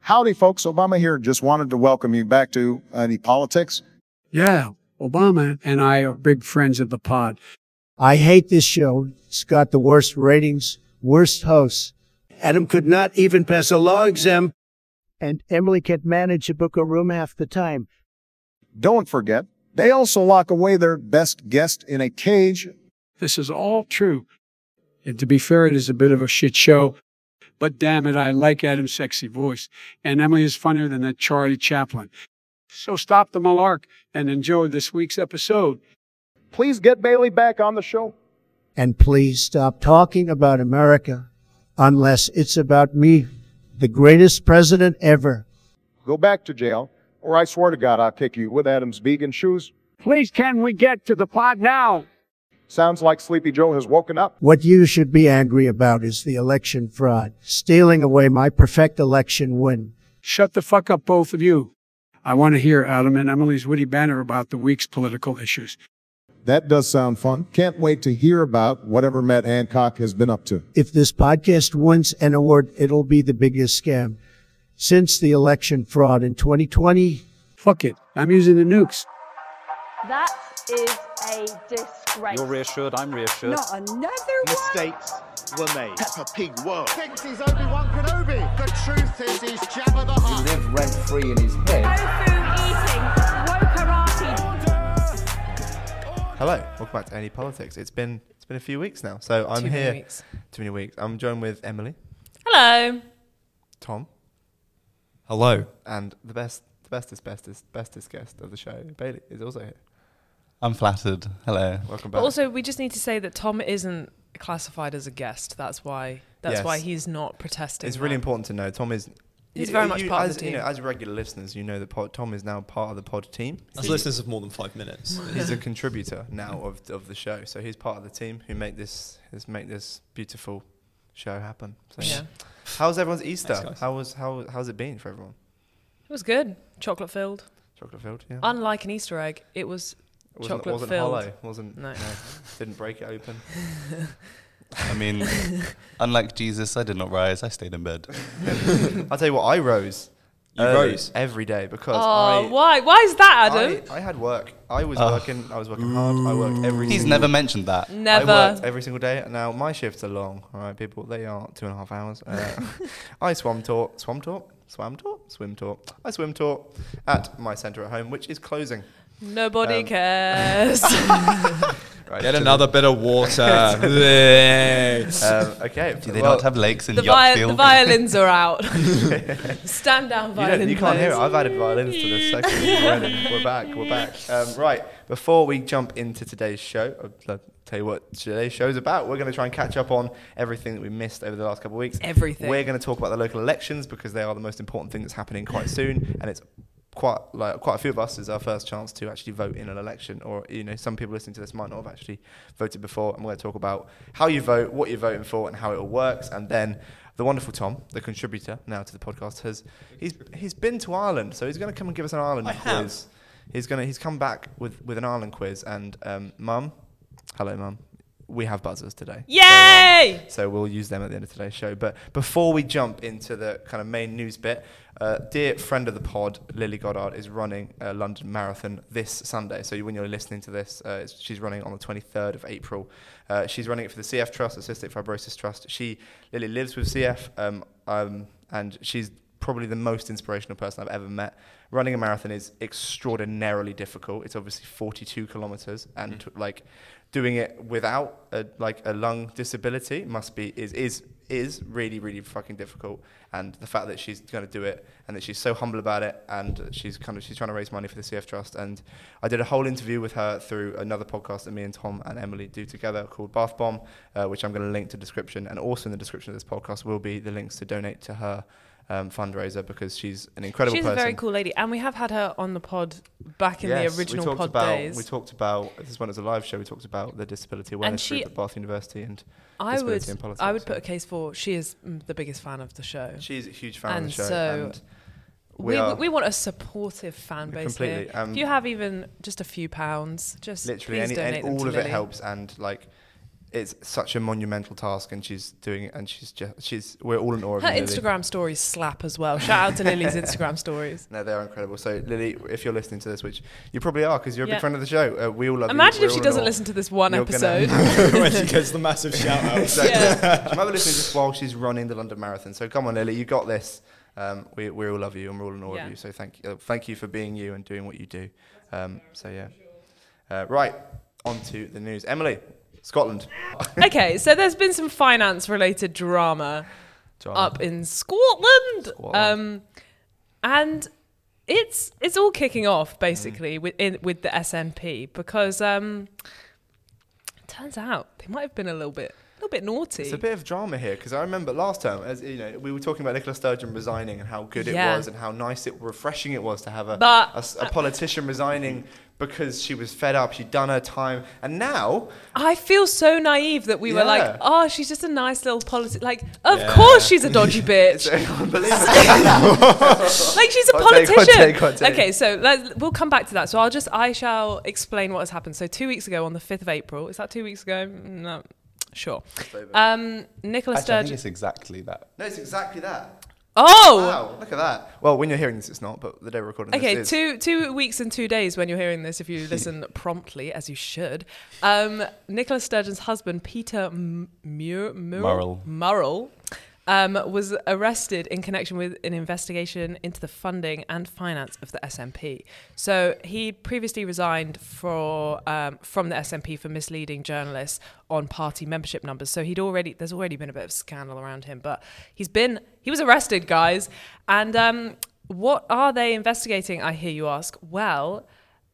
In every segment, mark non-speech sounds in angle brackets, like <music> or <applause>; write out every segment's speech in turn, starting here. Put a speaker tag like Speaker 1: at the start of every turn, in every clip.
Speaker 1: Howdy, folks. Obama here. Just wanted to welcome you back to any politics.
Speaker 2: Yeah, Obama and I are big friends of the pod.
Speaker 3: I hate this show. It's got the worst ratings, worst hosts.
Speaker 4: Adam could not even pass a law exam.
Speaker 5: And Emily can't manage to book a room half the time.
Speaker 1: Don't forget, they also lock away their best guest in a cage.
Speaker 2: This is all true. And to be fair, it is a bit of a shit show. But damn it, I like Adam's sexy voice. And Emily is funnier than that Charlie Chaplin. So stop the malark and enjoy this week's episode.
Speaker 1: Please get Bailey back on the show.
Speaker 3: And please stop talking about America unless it's about me, the greatest president ever.
Speaker 1: Go back to jail, or I swear to God I'll kick you with Adam's vegan shoes.
Speaker 2: Please, can we get to the pod now?
Speaker 1: Sounds like Sleepy Joe has woken up.
Speaker 3: What you should be angry about is the election fraud, stealing away my perfect election win.
Speaker 2: Shut the fuck up, both of you. I want to hear Adam and Emily's witty banter about the week's political issues.
Speaker 1: That does sound fun. Can't wait to hear about whatever Matt Hancock has been up to.
Speaker 3: If this podcast wins an award, it'll be the biggest scam since the election fraud in 2020.
Speaker 2: Fuck it. I'm using the nukes.
Speaker 6: That is a disgrace.
Speaker 7: You're reassured, I'm reassured.
Speaker 6: Not another
Speaker 8: Mistakes were made. Peppa Pig world.
Speaker 9: Thinks he's Obi-Wan Kenobi. The truth is he's Jabba the
Speaker 10: Hutt. He lived rent-free in his head.
Speaker 6: Tofu eating, woke karate.
Speaker 11: Hello, welcome back to Any Politics. It's been it's been a few weeks now, so I'm
Speaker 12: Too many
Speaker 11: here.
Speaker 12: weeks.
Speaker 11: Too many weeks. I'm joined with Emily,
Speaker 12: Hello.
Speaker 11: Tom,
Speaker 7: Hello.
Speaker 11: and the best, the bestest, bestest, bestest guest of the show, Bailey, is also here.
Speaker 7: I'm flattered. Hello.
Speaker 11: Welcome
Speaker 12: But
Speaker 11: back.
Speaker 12: also, we just need to say that Tom isn't classified as a guest. That's why. That's
Speaker 11: Yes.
Speaker 12: why he's not protesting.
Speaker 11: it's really
Speaker 12: that.
Speaker 11: important to know Tom is.
Speaker 12: He's
Speaker 11: you-
Speaker 12: very much
Speaker 11: you-
Speaker 12: part of
Speaker 11: as,
Speaker 12: the
Speaker 11: You know,
Speaker 12: team.
Speaker 11: as regular listeners, you know that pod, Tom is now part of the pod team.
Speaker 7: As listeners of more than five minutes.
Speaker 11: He's a contributor now of of the show, so he's part of the team who make this this make this beautiful show happen. So
Speaker 12: Yeah,
Speaker 11: How's everyone's Easter?
Speaker 7: Thanks, guys.
Speaker 11: how was how how's it been for everyone?
Speaker 12: it was good. Chocolate filled,
Speaker 11: Chocolate filled, yeah.
Speaker 12: unlike an Easter egg. It was
Speaker 11: wasn't,
Speaker 12: chocolate
Speaker 11: wasn't
Speaker 12: filled.
Speaker 11: hollow, wasn't
Speaker 12: No.
Speaker 11: no, didn't break it open.
Speaker 7: I <laughs> mean, unlike Jesus, I did not rise. I stayed in bed.
Speaker 11: I'll tell you what, I rose.
Speaker 7: You
Speaker 11: early
Speaker 7: rose?
Speaker 11: every day because
Speaker 12: Oh,
Speaker 11: I,
Speaker 12: why? Why is that, Adam?
Speaker 11: I I had work. I was
Speaker 7: Oh.
Speaker 11: working. I was working hard. I worked every.
Speaker 7: He's
Speaker 11: single-
Speaker 7: never mentioned that.
Speaker 11: I
Speaker 12: Never.
Speaker 11: worked every single day. Now my shifts are long. All right, people, they are two and a half hours.
Speaker 12: <laughs>
Speaker 11: Uh, I swam taught, swam taught, swam taught, swim taught. I swim taught at my centre at home, which is closing.
Speaker 12: Nobody
Speaker 11: Um, <laughs>
Speaker 12: cares.
Speaker 11: Right,
Speaker 7: Get
Speaker 11: to the-
Speaker 7: another bit of <laughs> water. Do
Speaker 11: Um, okay. Do
Speaker 7: they not have lakes in
Speaker 12: the, vi- the
Speaker 7: Yorkfield? <laughs>
Speaker 12: violins are
Speaker 11: <laughs>
Speaker 12: out. Stand down,
Speaker 11: You,
Speaker 12: violin
Speaker 11: don't, you can't hear it.
Speaker 12: players.
Speaker 11: I've added violins to
Speaker 12: <laughs>
Speaker 11: this section already. We're back. We're back. Um, right. Before we jump into today's show, uh, I'll tell you what today's show is about. We're going to try and catch up on everything that we missed over the last couple of weeks.
Speaker 12: Everything.
Speaker 11: We're going to talk about the local elections because they are the most important thing that's happening quite soon, and it's quite like quite a few of us is our first chance to actually vote in an election. Or you know, some people listening to this might not have actually voted before, and we're going to talk about how you vote, what you're voting for, and how it all works, and then. The wonderful Tom, the contributor now to the podcast, has he's he's been to Ireland, so he's going to come and give us an Ireland
Speaker 7: I
Speaker 11: quiz.
Speaker 7: have.
Speaker 11: He's gonna he's come back with with an Ireland quiz and um, mum, hello mum, we have buzzers today. So, um,
Speaker 12: Yay!
Speaker 11: so we'll use them at the end of today's show. But before we jump into the kind of main news bit, uh, dear friend of the pod, Lily Goddard, is running a London Marathon this Sunday. So you- when you're listening to this, uh, it's- she's running on the 23rd of April. Uh, she's running it for the CF Trust, the Cystic Fibrosis Trust. She, Lily, lives with CF, um, um, and she's probably the most inspirational person I've ever met. Running a marathon is extraordinarily difficult. It's obviously 42 kilometers, and t- like doing it without a, like a lung disability must be is is is really really fucking difficult. And the fact that she's going to do it, and that she's so humble about it, and she's kind of she's trying to raise money for the CF Trust. And I did a whole interview with her through another podcast that me and Tom and Emily do together called Bath Bomb, uh, which I'm going to link to description, and also in the description of this podcast will be the links to donate to her um, fundraiser because she's an incredible
Speaker 12: She's
Speaker 11: person.
Speaker 12: a very cool lady, and we have had her on the pod back in
Speaker 11: Yes,
Speaker 12: the original
Speaker 11: we talked
Speaker 12: pod
Speaker 11: about,
Speaker 12: days.
Speaker 11: We talked about this one as a live show. We talked about the disability awareness
Speaker 12: she-
Speaker 11: group at Bath University, and
Speaker 12: I
Speaker 11: disability
Speaker 12: would,
Speaker 11: in politics,
Speaker 12: I would put
Speaker 11: yeah.
Speaker 12: a case for she is mm, the biggest fan of the show.
Speaker 11: she's a huge fan of the
Speaker 12: And
Speaker 11: show.
Speaker 12: so
Speaker 11: and we,
Speaker 12: We, we,
Speaker 11: are
Speaker 12: we want a supportive fan base
Speaker 11: Completely,
Speaker 12: here.
Speaker 11: um,
Speaker 12: if you have even just a few pounds, just
Speaker 11: literally
Speaker 12: please
Speaker 11: any,
Speaker 12: donate
Speaker 11: and
Speaker 12: them
Speaker 11: all
Speaker 12: to
Speaker 11: of it
Speaker 12: Lily.
Speaker 11: helps. And like, it's such a monumental task, and she's doing it, and she's just she's we're all in awe of
Speaker 12: Her
Speaker 11: Lily.
Speaker 12: Instagram stories slap as well. Shout out to
Speaker 11: <laughs>
Speaker 12: Lily's Instagram stories.
Speaker 11: No, they are incredible. So Lily, if you're listening to this, which you probably are because you're a
Speaker 12: Yeah.
Speaker 11: big fan of the show, uh, we all love.
Speaker 12: Imagine
Speaker 11: you.
Speaker 12: if
Speaker 11: We're
Speaker 12: she
Speaker 11: all in
Speaker 12: doesn't
Speaker 11: awe.
Speaker 12: listen to this one
Speaker 11: You're <laughs> gonna-
Speaker 12: episode.
Speaker 13: When she gets the massive shout-out.
Speaker 11: exactly.
Speaker 13: Yeah.
Speaker 11: She might be listening to this while she's running the London Marathon. So come on, Lily, you got this. Um, we we all love you and we're all in awe
Speaker 12: Yeah.
Speaker 11: of you. So thank you, uh, thank you for being you and doing what you do. Um, so yeah, uh, right on to the news. Emily, Scotland. <laughs>
Speaker 12: okay, so there's been some finance related drama,
Speaker 11: Drama.
Speaker 12: up in Scotland.
Speaker 11: Scotland.
Speaker 12: Um, and it's it's all kicking off basically
Speaker 11: Mm.
Speaker 12: with in, with the SNP because um, turns out they might have been a little bit a little bit naughty.
Speaker 11: It's a bit of drama here because I remember last time, as you know, we were talking about Nicola Sturgeon resigning and how good
Speaker 12: Yeah.
Speaker 11: it was and how nice it, refreshing it was to have a,
Speaker 12: But-
Speaker 11: a s- a politician resigning because she was fed up, she'd done her time, and now
Speaker 12: <laughs> I feel so naive that we were
Speaker 11: Yeah.
Speaker 12: like, oh, she's just a nice little politic. Like, of
Speaker 11: Yeah.
Speaker 12: course she's a
Speaker 11: <laughs>
Speaker 12: dodgy bitch. like she's a
Speaker 11: Hot take, hot
Speaker 12: politician.
Speaker 11: take, hot take.
Speaker 12: Okay, so let, we'll come back to that. So I'll just I shall explain what has happened. So two weeks ago, on the fifth of April, is that two weeks ago? No, sure. Um, Nicola
Speaker 7: Actually, I think
Speaker 12: Sturgeon.
Speaker 7: it's exactly that.
Speaker 11: No, it's exactly that.
Speaker 12: Oh.
Speaker 11: Wow, look at that. Well, when you're hearing this, it's not, but the day we're recording
Speaker 12: Okay,
Speaker 11: this is.
Speaker 12: two two weeks and two days when you're hearing this, if
Speaker 11: <laughs>
Speaker 12: you listen promptly as you should. Um, Nicola Sturgeon's husband, Peter M- Mur- Mur-
Speaker 7: Murrell.
Speaker 12: Murrell, um, was arrested in connection with an investigation into the funding and finance of the SNP. So he previously resigned for um, from the SNP for misleading journalists on party membership numbers. So he'd already there's already been a bit of scandal around him, but he's been he was arrested, guys, and. Um, what are they investigating? I hear you ask. Well,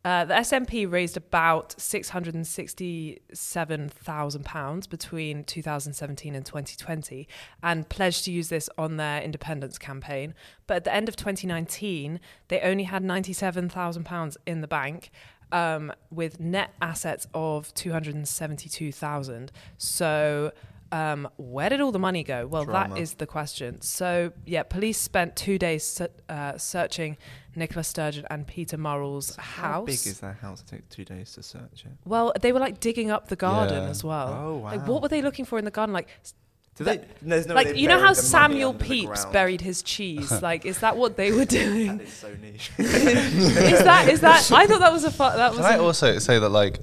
Speaker 12: uh, the SNP raised about six hundred and sixty-seven thousand pounds between 2017 and 2020, and pledged to use this on their independence campaign. But at the end of 2019, they only had ninety-seven thousand pounds in the bank, um, with net assets of two hundred and seventy-two thousand. So. Um, where did all the money go? Well, that
Speaker 11: Drama.
Speaker 12: is the question. So, yeah, police spent two days se- uh, searching Nicola Sturgeon and Peter Murrell's house.
Speaker 11: How big is that house? It took two days to search it.
Speaker 12: Well, they were like digging up the garden
Speaker 11: Yeah.
Speaker 12: as well.
Speaker 11: Oh,
Speaker 12: Like,
Speaker 11: wow.
Speaker 12: what were they looking for in the garden? Like, s-
Speaker 11: Do they-
Speaker 12: that-
Speaker 11: there's no way
Speaker 12: like
Speaker 11: they
Speaker 12: you know
Speaker 11: buried
Speaker 12: how
Speaker 11: the money
Speaker 12: Samuel
Speaker 11: under the
Speaker 12: Pepys
Speaker 11: ground.
Speaker 12: buried his cheese?
Speaker 11: <laughs>
Speaker 12: like, is that what they were doing?
Speaker 11: It's so <laughs> niche.
Speaker 12: is that is that? I thought that was a fu- that was.
Speaker 7: Can I
Speaker 12: an-
Speaker 7: also say that, like,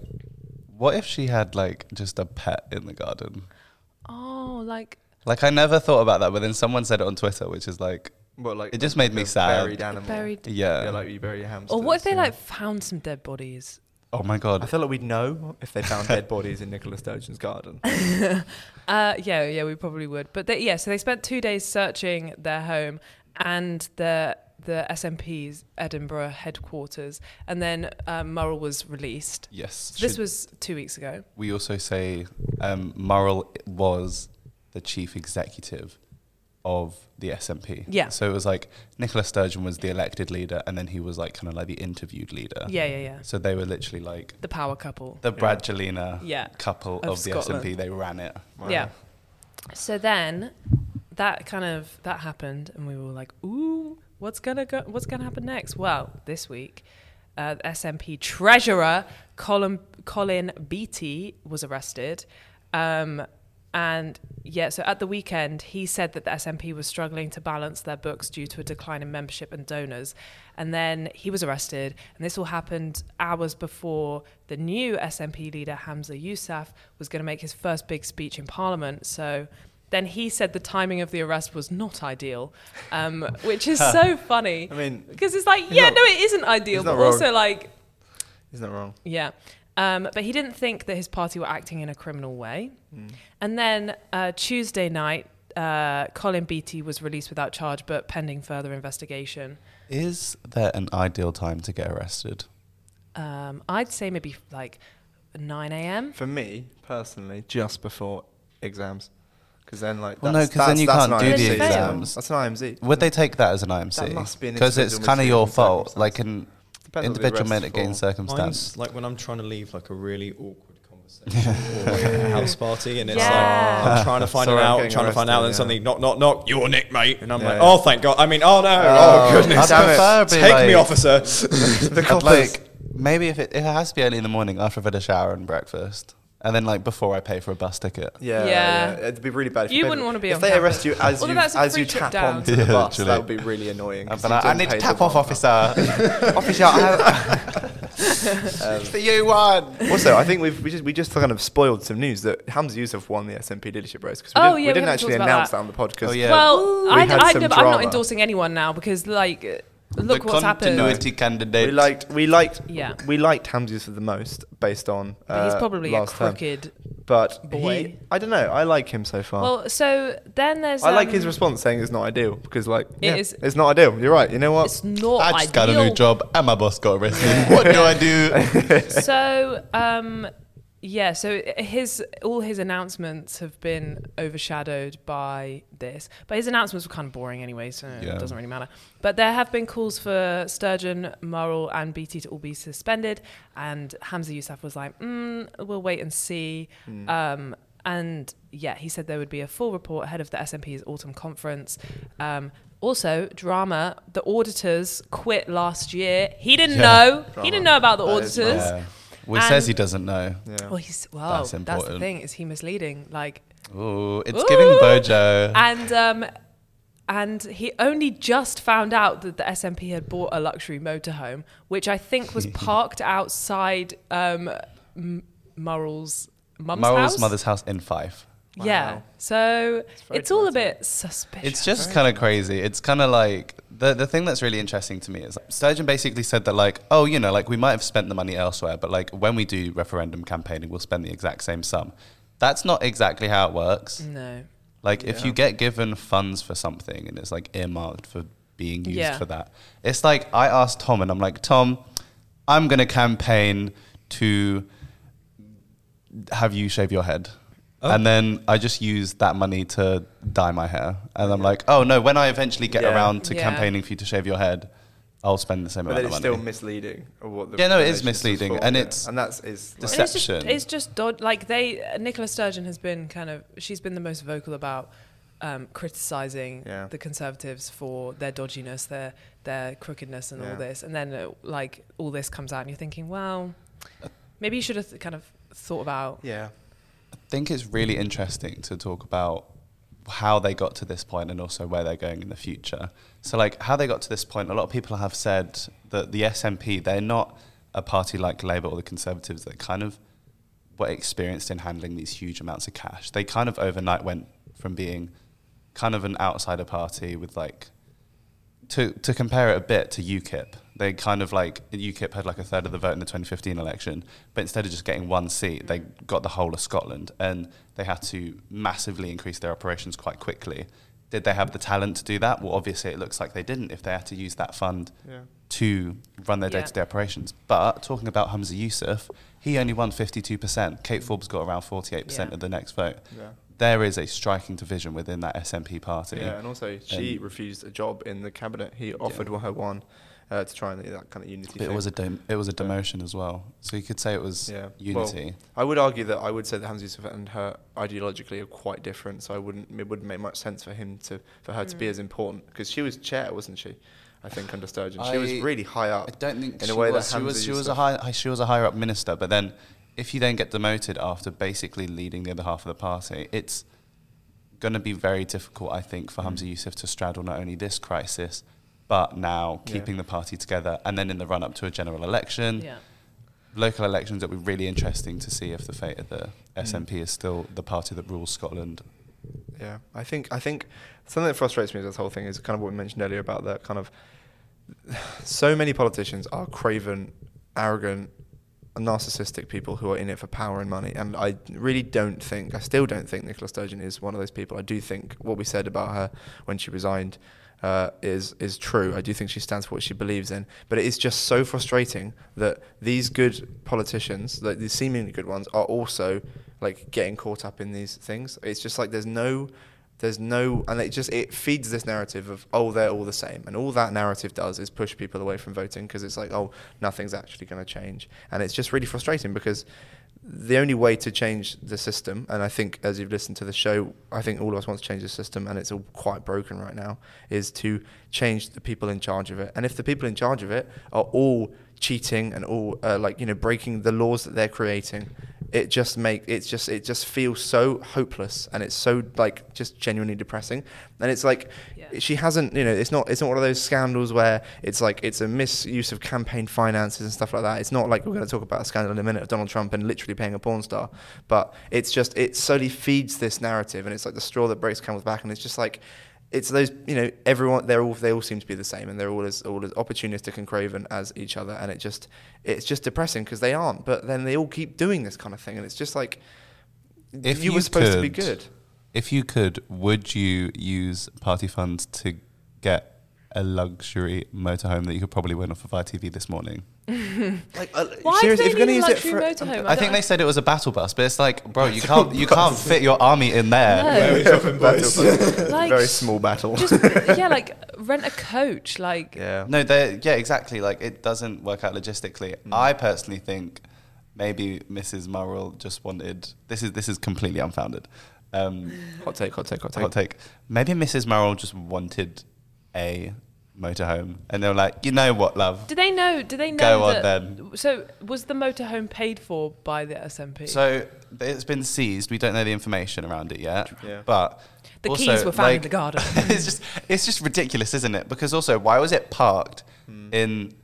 Speaker 7: what if she had, like, just a pet in the garden?
Speaker 12: oh, like
Speaker 7: Like, I never thought about that, but then someone said it on Twitter, which is like,
Speaker 11: Well, like
Speaker 7: it just made me
Speaker 11: a
Speaker 7: sad.
Speaker 11: Buried animal.
Speaker 12: Buried-
Speaker 7: Yeah.
Speaker 11: Yeah, like you bury your hamster.
Speaker 12: or what if they like found some dead bodies?
Speaker 7: Oh my god.
Speaker 11: I feel like we'd know if they found
Speaker 13: <laughs>
Speaker 11: dead bodies in Nicola Sturgeon's garden.
Speaker 12: Uh, yeah, yeah, we probably would. But they, yeah, so they spent two days searching their home and the the SNP's Edinburgh headquarters, and then um, Murrell was released.
Speaker 7: Yes.
Speaker 12: So this
Speaker 7: Should-
Speaker 12: was two weeks ago.
Speaker 7: We also say um, Murrell was the chief executive of the SNP.
Speaker 12: Yeah.
Speaker 7: So it was like Nicola Sturgeon was the elected leader, and then he was like kind of like the interviewed leader.
Speaker 12: Yeah, yeah, yeah.
Speaker 7: So they were literally like
Speaker 12: The power couple.
Speaker 7: the Bradgelina
Speaker 12: Yeah.
Speaker 7: couple
Speaker 12: Of
Speaker 7: of, the
Speaker 12: Scotland.
Speaker 7: SNP. They ran it.
Speaker 12: Yeah. So then that kind of that happened and we were like, "Ooh, what's going to go what's going to happen next?" Well, this week uh, the SNP treasurer Colin Colin Beattie was arrested. Um and yeah, so at the weekend, he said that the SNP was struggling to balance their books due to a decline in membership and donors. And then he was arrested. And this all happened hours before the new SNP leader, Hamza Yousaf, was going to make his first big speech in Parliament. So then he said the timing of the arrest was not ideal, um, which
Speaker 11: <laughs>
Speaker 12: is so funny.
Speaker 11: I mean,
Speaker 12: because it's like,
Speaker 11: he's
Speaker 12: yeah,
Speaker 11: not-
Speaker 12: no, it isn't ideal,
Speaker 11: he's not
Speaker 12: but
Speaker 11: wrong.
Speaker 12: also like,
Speaker 11: Isn't that wrong?
Speaker 12: yeah. Um, but he didn't think that his party were acting in a criminal way.
Speaker 11: Mm.
Speaker 12: And then uh, Tuesday night, uh, Colin Beattie was released without charge, but pending further investigation.
Speaker 7: Is there an ideal time to get arrested?
Speaker 12: Um, I'd say maybe like 9 a.m.
Speaker 11: For me personally, just before exams, because then like
Speaker 7: Well, no,
Speaker 11: that's-
Speaker 7: because then
Speaker 11: that's-
Speaker 7: you
Speaker 11: that's
Speaker 7: can't
Speaker 11: an
Speaker 7: do the
Speaker 11: IMC.
Speaker 7: exams.
Speaker 11: That's an IMC.
Speaker 7: Would they take that as an IMC?
Speaker 11: That must be an
Speaker 7: because it's
Speaker 11: individual
Speaker 7: kind of your
Speaker 11: mitigating
Speaker 7: fault, like an
Speaker 11: Depends on the
Speaker 7: individual
Speaker 11: arrest
Speaker 7: mitigating
Speaker 11: for.
Speaker 7: circumstance.
Speaker 13: Mine's like when I'm trying to leave like a really awkward
Speaker 11: <laughs>
Speaker 13: conversation or like a house party, and it's
Speaker 11: Yeah.
Speaker 13: like I'm trying to find
Speaker 11: Sorry,
Speaker 13: it
Speaker 11: I'm
Speaker 13: out,
Speaker 11: getting
Speaker 13: trying to find out,
Speaker 11: arrested,
Speaker 13: and
Speaker 11: yeah.
Speaker 13: suddenly knock, knock, knock. You're Nick, mate, and I'm
Speaker 11: Yeah,
Speaker 13: like,
Speaker 11: yeah.
Speaker 13: oh, thank God. I mean, oh no,
Speaker 7: Oh,
Speaker 13: oh, goodness,
Speaker 7: I'd prefer
Speaker 13: take
Speaker 7: be
Speaker 13: me,
Speaker 7: like-
Speaker 13: officer.
Speaker 7: I'd like maybe if it, if it has to be early in the morning after I've had a shower and breakfast, And then like before I pay for a bus ticket.
Speaker 11: Yeah, yeah. It'd be really bad. If
Speaker 12: You
Speaker 11: pay-
Speaker 12: wouldn't wanna be
Speaker 11: If
Speaker 12: on
Speaker 11: they
Speaker 12: campus.
Speaker 11: arrest you as
Speaker 12: Although
Speaker 11: you
Speaker 12: that's a
Speaker 11: as you
Speaker 12: free trip
Speaker 11: tap
Speaker 12: down.
Speaker 11: <laughs> onto the
Speaker 7: Yeah,
Speaker 11: bus,
Speaker 7: literally.
Speaker 11: that would be really annoying. 'cause
Speaker 7: But
Speaker 11: you
Speaker 7: I, I
Speaker 11: didn't
Speaker 7: need to
Speaker 11: pay
Speaker 7: tap
Speaker 11: the
Speaker 7: off,
Speaker 11: bar.
Speaker 7: officer. officer, I have.
Speaker 11: Um,
Speaker 7: it's <laughs> the U one.
Speaker 11: Also, I think we've we just we just kind of spoiled some news that Hamza Yusuf won the SNP leadership race because we
Speaker 12: Oh, yeah,
Speaker 11: didn't, we
Speaker 12: we
Speaker 11: didn't
Speaker 12: haven't
Speaker 11: actually
Speaker 12: talked about
Speaker 11: announce
Speaker 12: that.
Speaker 11: that. on the podcast.
Speaker 7: Oh, yeah.
Speaker 12: Well,
Speaker 11: We
Speaker 12: I,
Speaker 11: had
Speaker 12: I
Speaker 11: some
Speaker 12: never, I'm not
Speaker 11: drama.
Speaker 12: endorsing anyone now because, like, uh,
Speaker 7: the
Speaker 12: look what's happened.
Speaker 7: continuity candidate.
Speaker 11: We liked we liked
Speaker 12: Yeah.
Speaker 11: we liked Hamza Yusuf the most based on.
Speaker 12: But he's
Speaker 11: uh,
Speaker 12: probably a
Speaker 11: last term.
Speaker 12: crooked
Speaker 11: But
Speaker 12: boy.
Speaker 11: he, I don't know. I like him so far.
Speaker 12: Well, so then there's.
Speaker 11: I like
Speaker 12: um,
Speaker 11: his response saying it's not ideal because like
Speaker 12: It
Speaker 11: yeah,
Speaker 12: is-
Speaker 11: it's not ideal. You're right. You know what? It's
Speaker 12: not
Speaker 7: I just got a new
Speaker 12: ideal.
Speaker 7: job and my boss got arrested. What do I <laughs> do?
Speaker 12: so um yeah so his all his announcements have been overshadowed by this but his announcements were kind of boring anyway so
Speaker 7: Yeah.
Speaker 12: it doesn't really matter but there have been calls for sturgeon Murrell and bt to all be suspended and hamza yousaf was like mm, we'll wait and see
Speaker 14: Hmm.
Speaker 12: um and yeah, he said there would be a full report ahead of the SNP's autumn conference. Um, also, drama. The auditors quit last year. He didn't
Speaker 7: Yeah.
Speaker 12: know.
Speaker 7: Drama.
Speaker 12: He didn't know about the
Speaker 7: That
Speaker 12: auditors.
Speaker 7: is mad. Yeah. Well, he
Speaker 12: And-
Speaker 7: says he doesn't know.
Speaker 12: Well, he's well. That's, the thing. Is he misleading? Like
Speaker 7: Ooh, it's giving
Speaker 12: Ooh.
Speaker 7: Bojo.
Speaker 12: And um, and he only just found out that the SNP had bought a luxury motorhome, which I think
Speaker 7: <laughs>
Speaker 12: was parked outside um, M- Murrell's mum's
Speaker 7: Murrell's
Speaker 12: house.
Speaker 7: mother's house in Fife.
Speaker 12: Yeah. So it's, all a bit suspicious.
Speaker 7: It's just kind of crazy. It's kind of like the the thing that's really interesting to me is Sturgeon basically said that like, oh, you know, like we might have spent the money elsewhere, but like when we do referendum campaigning, we'll spend the exact same sum. That's not exactly how it works.
Speaker 12: No.
Speaker 7: Like if
Speaker 12: Yeah.
Speaker 7: you get given funds for something and it's like earmarked for being used
Speaker 12: Yeah.
Speaker 7: for that, it's like I asked Tom and I'm like, Tom, I'm gonna campaign to have you shave your head.
Speaker 13: Oh.
Speaker 7: And then I just use that money to dye my hair. And I'm like, oh no, when I eventually get
Speaker 11: Yeah.
Speaker 7: around to
Speaker 11: Yeah.
Speaker 7: campaigning for you to shave your head, I'll spend the same
Speaker 11: But
Speaker 7: amount
Speaker 11: then
Speaker 7: of
Speaker 11: it's
Speaker 7: money.
Speaker 11: still misleading. Of what the
Speaker 7: yeah, no, it
Speaker 11: relationship's
Speaker 7: is misleading.
Speaker 11: for,
Speaker 7: and
Speaker 11: yeah.
Speaker 7: it's
Speaker 11: and that's is
Speaker 12: And it's just,
Speaker 7: deception.
Speaker 12: it's just dod- like they Nicola Sturgeon has been kind of she's been the most vocal about um, criticizing
Speaker 11: Yeah.
Speaker 12: the Conservatives for their dodginess, their their crookedness, and all
Speaker 11: Yeah.
Speaker 12: this. And then uh, like all this comes out, and you're thinking, well, maybe you should have kind of thought about
Speaker 11: yeah.
Speaker 7: I think it's really interesting to talk about how they got to this point and also where they're going in the future. So, like, how they got to this point, a lot of people have said that the SNP, they're not a party like Labour or the Conservatives that kind of were experienced in handling these huge amounts of cash. They kind of overnight went from being kind of an outsider party with like to to compare it a bit to UKIP, they kind of like UKIP had like a third of the vote in the 2015 election, but instead of just getting one seat, they got the whole of Scotland, and they had to massively increase their operations quite quickly. Did they have the talent to do that? Well, obviously, it looks like they didn't. If they had to use that fund
Speaker 11: Yeah.
Speaker 7: to run their
Speaker 11: Yeah.
Speaker 7: day-to-day operations, but talking about Hamza Yusuf, he only won 52%. Kate Forbes got around 48%
Speaker 11: Yeah.
Speaker 7: of the next vote.
Speaker 11: Yeah.
Speaker 7: There is a striking division within that SNP party.
Speaker 11: Yeah, and also she refused a job in the cabinet. He offered her one uh, to try and that kind of unity.
Speaker 7: But it
Speaker 11: thing.
Speaker 7: was a dem- it was a demotion as well, so you could say it was
Speaker 11: Yeah.
Speaker 7: unity.
Speaker 11: Well, I would argue that I would say that Hamza Yusuf and her ideologically are quite different, so I wouldn't it wouldn't make much sense for him to for her to be
Speaker 7: Mm.
Speaker 11: as important because she was chair, wasn't she? I think under Sturgeon, she was
Speaker 7: I-
Speaker 11: really high up.
Speaker 7: I don't think
Speaker 11: in
Speaker 7: she
Speaker 11: a way
Speaker 7: was.
Speaker 11: that
Speaker 7: She
Speaker 11: Hamza
Speaker 7: was, she was
Speaker 11: Yusuf-
Speaker 7: a high hi- she was a higher up minister, but then if you then get demoted after basically leading the other half of the party, it's going to be very difficult, I think,
Speaker 11: Mm.
Speaker 7: for Hamza Yusuf to straddle not only this crisis, but now
Speaker 11: Yeah.
Speaker 7: keeping the party together, and then in the run up to a general election.
Speaker 12: Yeah.
Speaker 7: Local elections, it would be really interesting to see if the fate of the SNP is still the party that rules Scotland.
Speaker 11: Yeah, I think I think something that frustrates me with this whole thing is kind of what we mentioned earlier about that kind of so many politicians are craven, arrogant, narcissistic people who are in it for power and money. And I really don't think, I still don't think Nicola Sturgeon is one of those people. I do think what we said about her when she resigned uh, is is true. I do think she stands for what she believes in. But it is just so frustrating that these good politicians, like these seemingly good ones, are also like getting caught up in these things. It's just like there's no there's no and it just it feeds this narrative of oh they're all the same and all that narrative does is push people away from voting because it's like oh nothing's actually going to change and it's just really frustrating because the only way to change the system and i think as you've listened to the show i think all of us want to change the system and it's all quite broken right now is to change the people in charge of it and if the people in charge of it are all cheating and all uh, like you know breaking the laws that they're creating it just make it's just it just feels so hopeless and it's so like just genuinely depressing. And it's like she hasn't, you know, it's not it's not one of those scandals where it's like it's a misuse of campaign finances and stuff like that. It's not like we're going to talk about a scandal in a minute of Donald Trump and literally paying a porn star, but it's just it solely feeds this narrative and it's like the straw that breaks camel's back and it's just like it's those you know everyone they're all they all seem to be the same and they're all as all as opportunistic and craven as each other and it just it's just depressing because they aren't but then they all keep doing this kind of thing and it's just like you, were supposed to be
Speaker 7: could-
Speaker 11: good
Speaker 7: If you could, would you use party funds to get a luxury motorhome that you could probably win off of ITV this morning?
Speaker 11: like uh,
Speaker 12: Why do
Speaker 11: seriously
Speaker 12: they
Speaker 11: if you're going to
Speaker 12: need
Speaker 11: use
Speaker 12: a
Speaker 11: it
Speaker 12: luxury
Speaker 11: for
Speaker 12: motorhome?
Speaker 7: I think they said it was a battle bus, but it's like, bro, you can't you can't fit your army in there.
Speaker 12: No. Very
Speaker 13: different boys.
Speaker 12: Like-
Speaker 11: very small battle <laughs>
Speaker 12: Just, yeah, like rent a coach. Like
Speaker 7: <laughs>
Speaker 11: yeah
Speaker 7: No, they yeah, exactly. Like it doesn't work out logistically. I personally think maybe Mrs. Murrell just wanted this is this is completely unfounded. Um,
Speaker 11: hot take hot take hot take
Speaker 7: hot take. Maybe Mrs. Murrell just wanted a motorhome, and they were like, you know what, love.
Speaker 12: Do they know? Do they know?
Speaker 7: Go on
Speaker 12: that,
Speaker 7: then.
Speaker 12: So was the motorhome paid for by the SMP?
Speaker 7: So it's been seized. We don't know the information around it yet.
Speaker 11: Yeah.
Speaker 7: But
Speaker 12: The
Speaker 7: also,
Speaker 12: keys were found in
Speaker 7: like,
Speaker 12: the garden.
Speaker 7: <laughs> it's just it's just ridiculous, isn't it? Because also, why was it parked
Speaker 11: Hmm.
Speaker 7: in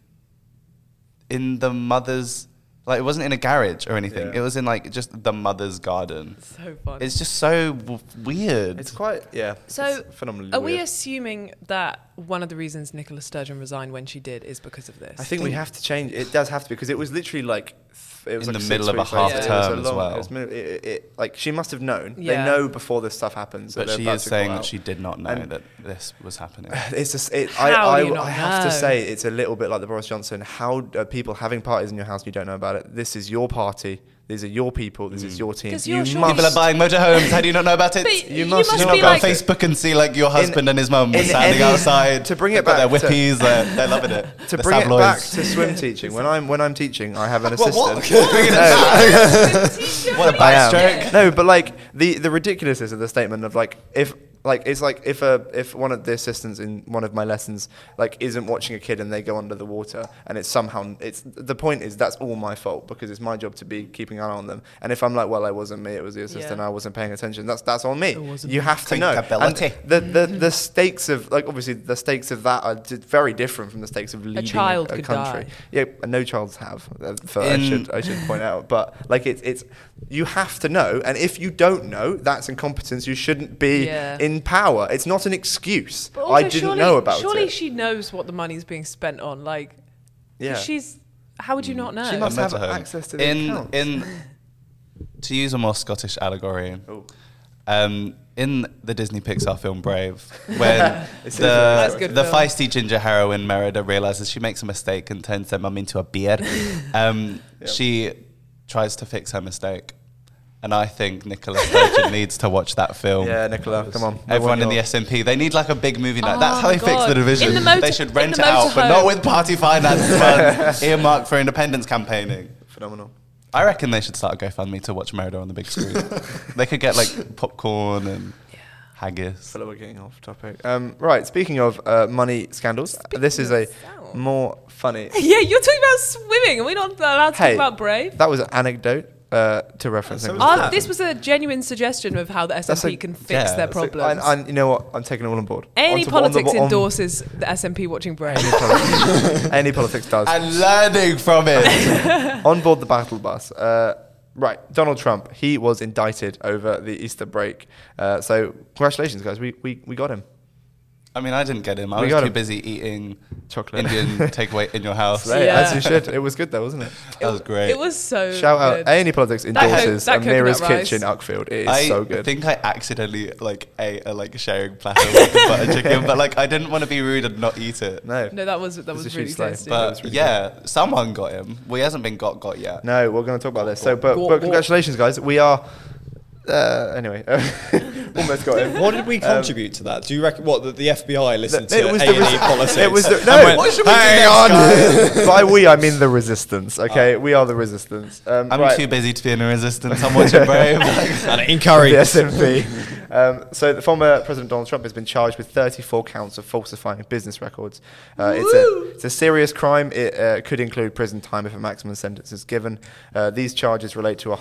Speaker 7: in the mother's like it wasn't in a garage or anything.
Speaker 11: Yeah.
Speaker 7: It was in like just the mother's garden.
Speaker 12: So funny.
Speaker 7: It's just so w- weird.
Speaker 11: it's quite yeah
Speaker 12: So
Speaker 11: it's phenomenally
Speaker 12: are we
Speaker 11: weird.
Speaker 12: assuming that one of the reasons Nicola Sturgeon resigned when she did is because of this? <laughs>
Speaker 11: I think we have to change. It does have to because it was literally like th- it was
Speaker 7: In
Speaker 11: like
Speaker 7: the
Speaker 11: six
Speaker 7: middle of a
Speaker 11: weeks later.
Speaker 7: half
Speaker 11: It was a
Speaker 7: term as
Speaker 11: long-
Speaker 7: well.
Speaker 11: It was, mi- it, it, like she must have known.
Speaker 12: Yeah.
Speaker 11: They know before this stuff happens. that
Speaker 7: but
Speaker 11: they're
Speaker 7: she
Speaker 11: about
Speaker 7: is
Speaker 11: to go
Speaker 7: saying that
Speaker 11: out.
Speaker 7: she did not know
Speaker 11: And
Speaker 7: that this was
Speaker 11: <laughs>
Speaker 7: happening.
Speaker 11: It's just, it,
Speaker 12: How
Speaker 11: I,
Speaker 12: do you
Speaker 11: I,
Speaker 12: not
Speaker 11: I have to
Speaker 12: know?
Speaker 11: say it's a little bit like the Boris Johnson. How are people having parties in your house and you don't know about it? This is your party. These are your people. This
Speaker 7: Mm.
Speaker 11: is your team.
Speaker 12: 'Cause you're
Speaker 11: You
Speaker 12: sure-
Speaker 11: must
Speaker 7: People are buying motorhomes. How do you not know about it?
Speaker 12: But You you must must
Speaker 7: You
Speaker 12: be
Speaker 7: not go on
Speaker 12: like-
Speaker 7: Facebook and see like your husband and his mum
Speaker 11: in any-
Speaker 7: standing outside.
Speaker 11: to bring it
Speaker 7: They've got
Speaker 11: back to-
Speaker 7: their whippies. they're, they're loving it.
Speaker 11: <laughs> to
Speaker 7: The
Speaker 11: bring it
Speaker 7: Savloys.
Speaker 11: back to swim teaching. When I'm when I'm teaching, I have an
Speaker 7: <laughs> What,
Speaker 11: assistant.
Speaker 7: what?
Speaker 11: No.
Speaker 7: What a
Speaker 11: I am.
Speaker 7: backstroke.
Speaker 11: No, but like the the ridiculousness of the statement of like if like it's like if a if one of the assistants in one of my lessons like isn't watching a kid and they go under the water and it's somehow it's the point is that's all my fault because it's my job to be keeping an eye on them and if I'm like well it wasn't me it was the assistant
Speaker 12: Yeah.
Speaker 11: I wasn't paying attention that's that's on me
Speaker 12: It wasn't me.
Speaker 11: you
Speaker 12: Mm-hmm.
Speaker 11: have to know and
Speaker 7: Accountability.
Speaker 11: the, the the stakes of like obviously the stakes of that are d- very different from the stakes of leading
Speaker 12: child
Speaker 11: a
Speaker 12: could
Speaker 11: country.
Speaker 12: die.
Speaker 11: Yeah, and no child's have. uh, For, I
Speaker 7: In-
Speaker 11: should I should point out, but like it's it's you have to know, and if you don't know, that's incompetence. You shouldn't be
Speaker 12: Yeah.
Speaker 11: in power. It's not an excuse.
Speaker 12: But also,
Speaker 11: I didn't
Speaker 12: surely,
Speaker 11: know about
Speaker 12: surely
Speaker 11: it.
Speaker 12: she knows what the money's being spent on. Like, 'cause
Speaker 11: yeah, Mm.
Speaker 12: she's. How would you not know?
Speaker 11: She must
Speaker 7: A
Speaker 11: have
Speaker 7: motorhome.
Speaker 11: access to the
Speaker 7: in
Speaker 11: accounts.
Speaker 7: in to use a more Scottish allegory.
Speaker 11: <laughs> Oh.
Speaker 7: Um, in the Disney Pixar film Brave,
Speaker 11: <laughs>
Speaker 7: when
Speaker 11: It's a-
Speaker 12: That's a
Speaker 7: the,
Speaker 12: good
Speaker 7: the
Speaker 12: film.
Speaker 7: feisty ginger heroine Merida realizes she makes a mistake and turns their mum into a beer,
Speaker 11: <laughs>
Speaker 7: um, she tries to fix her mistake. And I think Nicola Sturgeon <laughs> needs to watch that film.
Speaker 11: yeah, Nicola, come on.
Speaker 7: Everyone in
Speaker 11: You're-
Speaker 7: the SNP, they need like a big movie night.
Speaker 12: Oh
Speaker 7: That's how
Speaker 12: my
Speaker 7: they fix
Speaker 12: God.
Speaker 7: the division.
Speaker 12: In the motor-
Speaker 7: they should
Speaker 12: in
Speaker 7: rent
Speaker 12: the
Speaker 7: it out, but
Speaker 12: motorhome.
Speaker 7: not with party
Speaker 11: <laughs>
Speaker 7: finance funds earmarked for independence campaigning.
Speaker 11: phenomenal.
Speaker 7: I reckon they should start a GoFundMe to watch Murder on the big
Speaker 11: <laughs>
Speaker 7: screen. they could get like popcorn and haggis.
Speaker 11: But we're getting off topic. Um, right, speaking of uh, money scandals, this is a
Speaker 12: of
Speaker 11: more
Speaker 12: <laughs>
Speaker 11: funny
Speaker 12: yeah, you're talking about swimming. Are we not allowed to
Speaker 11: Hey,
Speaker 12: talk about brave?
Speaker 11: That was an anecdote uh, to reference.
Speaker 13: so
Speaker 11: Nicholas
Speaker 13: was
Speaker 12: Our-
Speaker 13: that.
Speaker 11: Sturgeon.
Speaker 12: this was a genuine suggestion of how the
Speaker 11: That's
Speaker 12: SNP
Speaker 11: a-
Speaker 12: can fix their
Speaker 7: yeah, that's
Speaker 11: So, and-
Speaker 12: problems.
Speaker 11: and you know what? I'm taking it all on board.
Speaker 12: Any
Speaker 11: Onto- on the-
Speaker 12: politics
Speaker 11: on-
Speaker 12: endorses the SNP watching Brave.
Speaker 11: Any <laughs> politics, any politics does.
Speaker 7: And learning from
Speaker 11: <laughs>
Speaker 7: it.
Speaker 11: on board the battle bus. Uh, right, Donald Trump. He was indicted over the Easter break. Uh, so congratulations, guys. We, we, we got him.
Speaker 7: I mean, I didn't get him. I
Speaker 11: We
Speaker 7: was
Speaker 11: got
Speaker 7: too
Speaker 11: him.
Speaker 7: busy eating
Speaker 11: Chocolate.
Speaker 7: Indian
Speaker 11: <laughs>
Speaker 7: takeaway in your house.
Speaker 11: Right,
Speaker 12: Yeah.
Speaker 11: As you should. It was good though, wasn't it?
Speaker 7: That was great.
Speaker 12: It was so.
Speaker 11: Shout out
Speaker 12: good.
Speaker 11: any politics
Speaker 12: co-
Speaker 11: endorses
Speaker 12: that coconut
Speaker 11: Amira's
Speaker 12: rice.
Speaker 11: Kitchen Uckfield. It is
Speaker 7: I
Speaker 11: so good.
Speaker 7: think I accidentally like ate a like sharing platter with the
Speaker 11: <laughs>
Speaker 7: butter chicken, but like I didn't want to be rude and not eat it.
Speaker 11: no.
Speaker 12: No, that was that
Speaker 11: It's a
Speaker 12: was
Speaker 11: huge
Speaker 12: really
Speaker 11: slave,
Speaker 12: tasty.
Speaker 11: That
Speaker 7: But
Speaker 11: was really
Speaker 7: yeah, someone got him. Well, he hasn't been got got yet.
Speaker 11: No, we're going to talk about this. So, but,
Speaker 12: Go-
Speaker 11: but
Speaker 12: go.
Speaker 11: congratulations, guys. We are. Uh, anyway, <laughs> almost got him.
Speaker 13: What did we contribute to that? Do you reckon what the, the FBI listened to A&E
Speaker 11: res-
Speaker 13: politics?
Speaker 11: It was the,
Speaker 13: and
Speaker 11: no.
Speaker 13: went, "Hang on."
Speaker 11: on. By we, I mean the resistance. Okay, we are the resistance. Um,
Speaker 7: I'm
Speaker 11: right. <laughs>
Speaker 7: too busy to be in a resistance. I'm watching Brave.
Speaker 13: and it encouraged.
Speaker 11: The SNP. Um, so the former President Donald Trump has been charged with 34 counts of falsifying business records. Uh, it's, a, it's a serious crime. It uh, could include prison time if a maximum sentence is given. Uh, these charges relate to a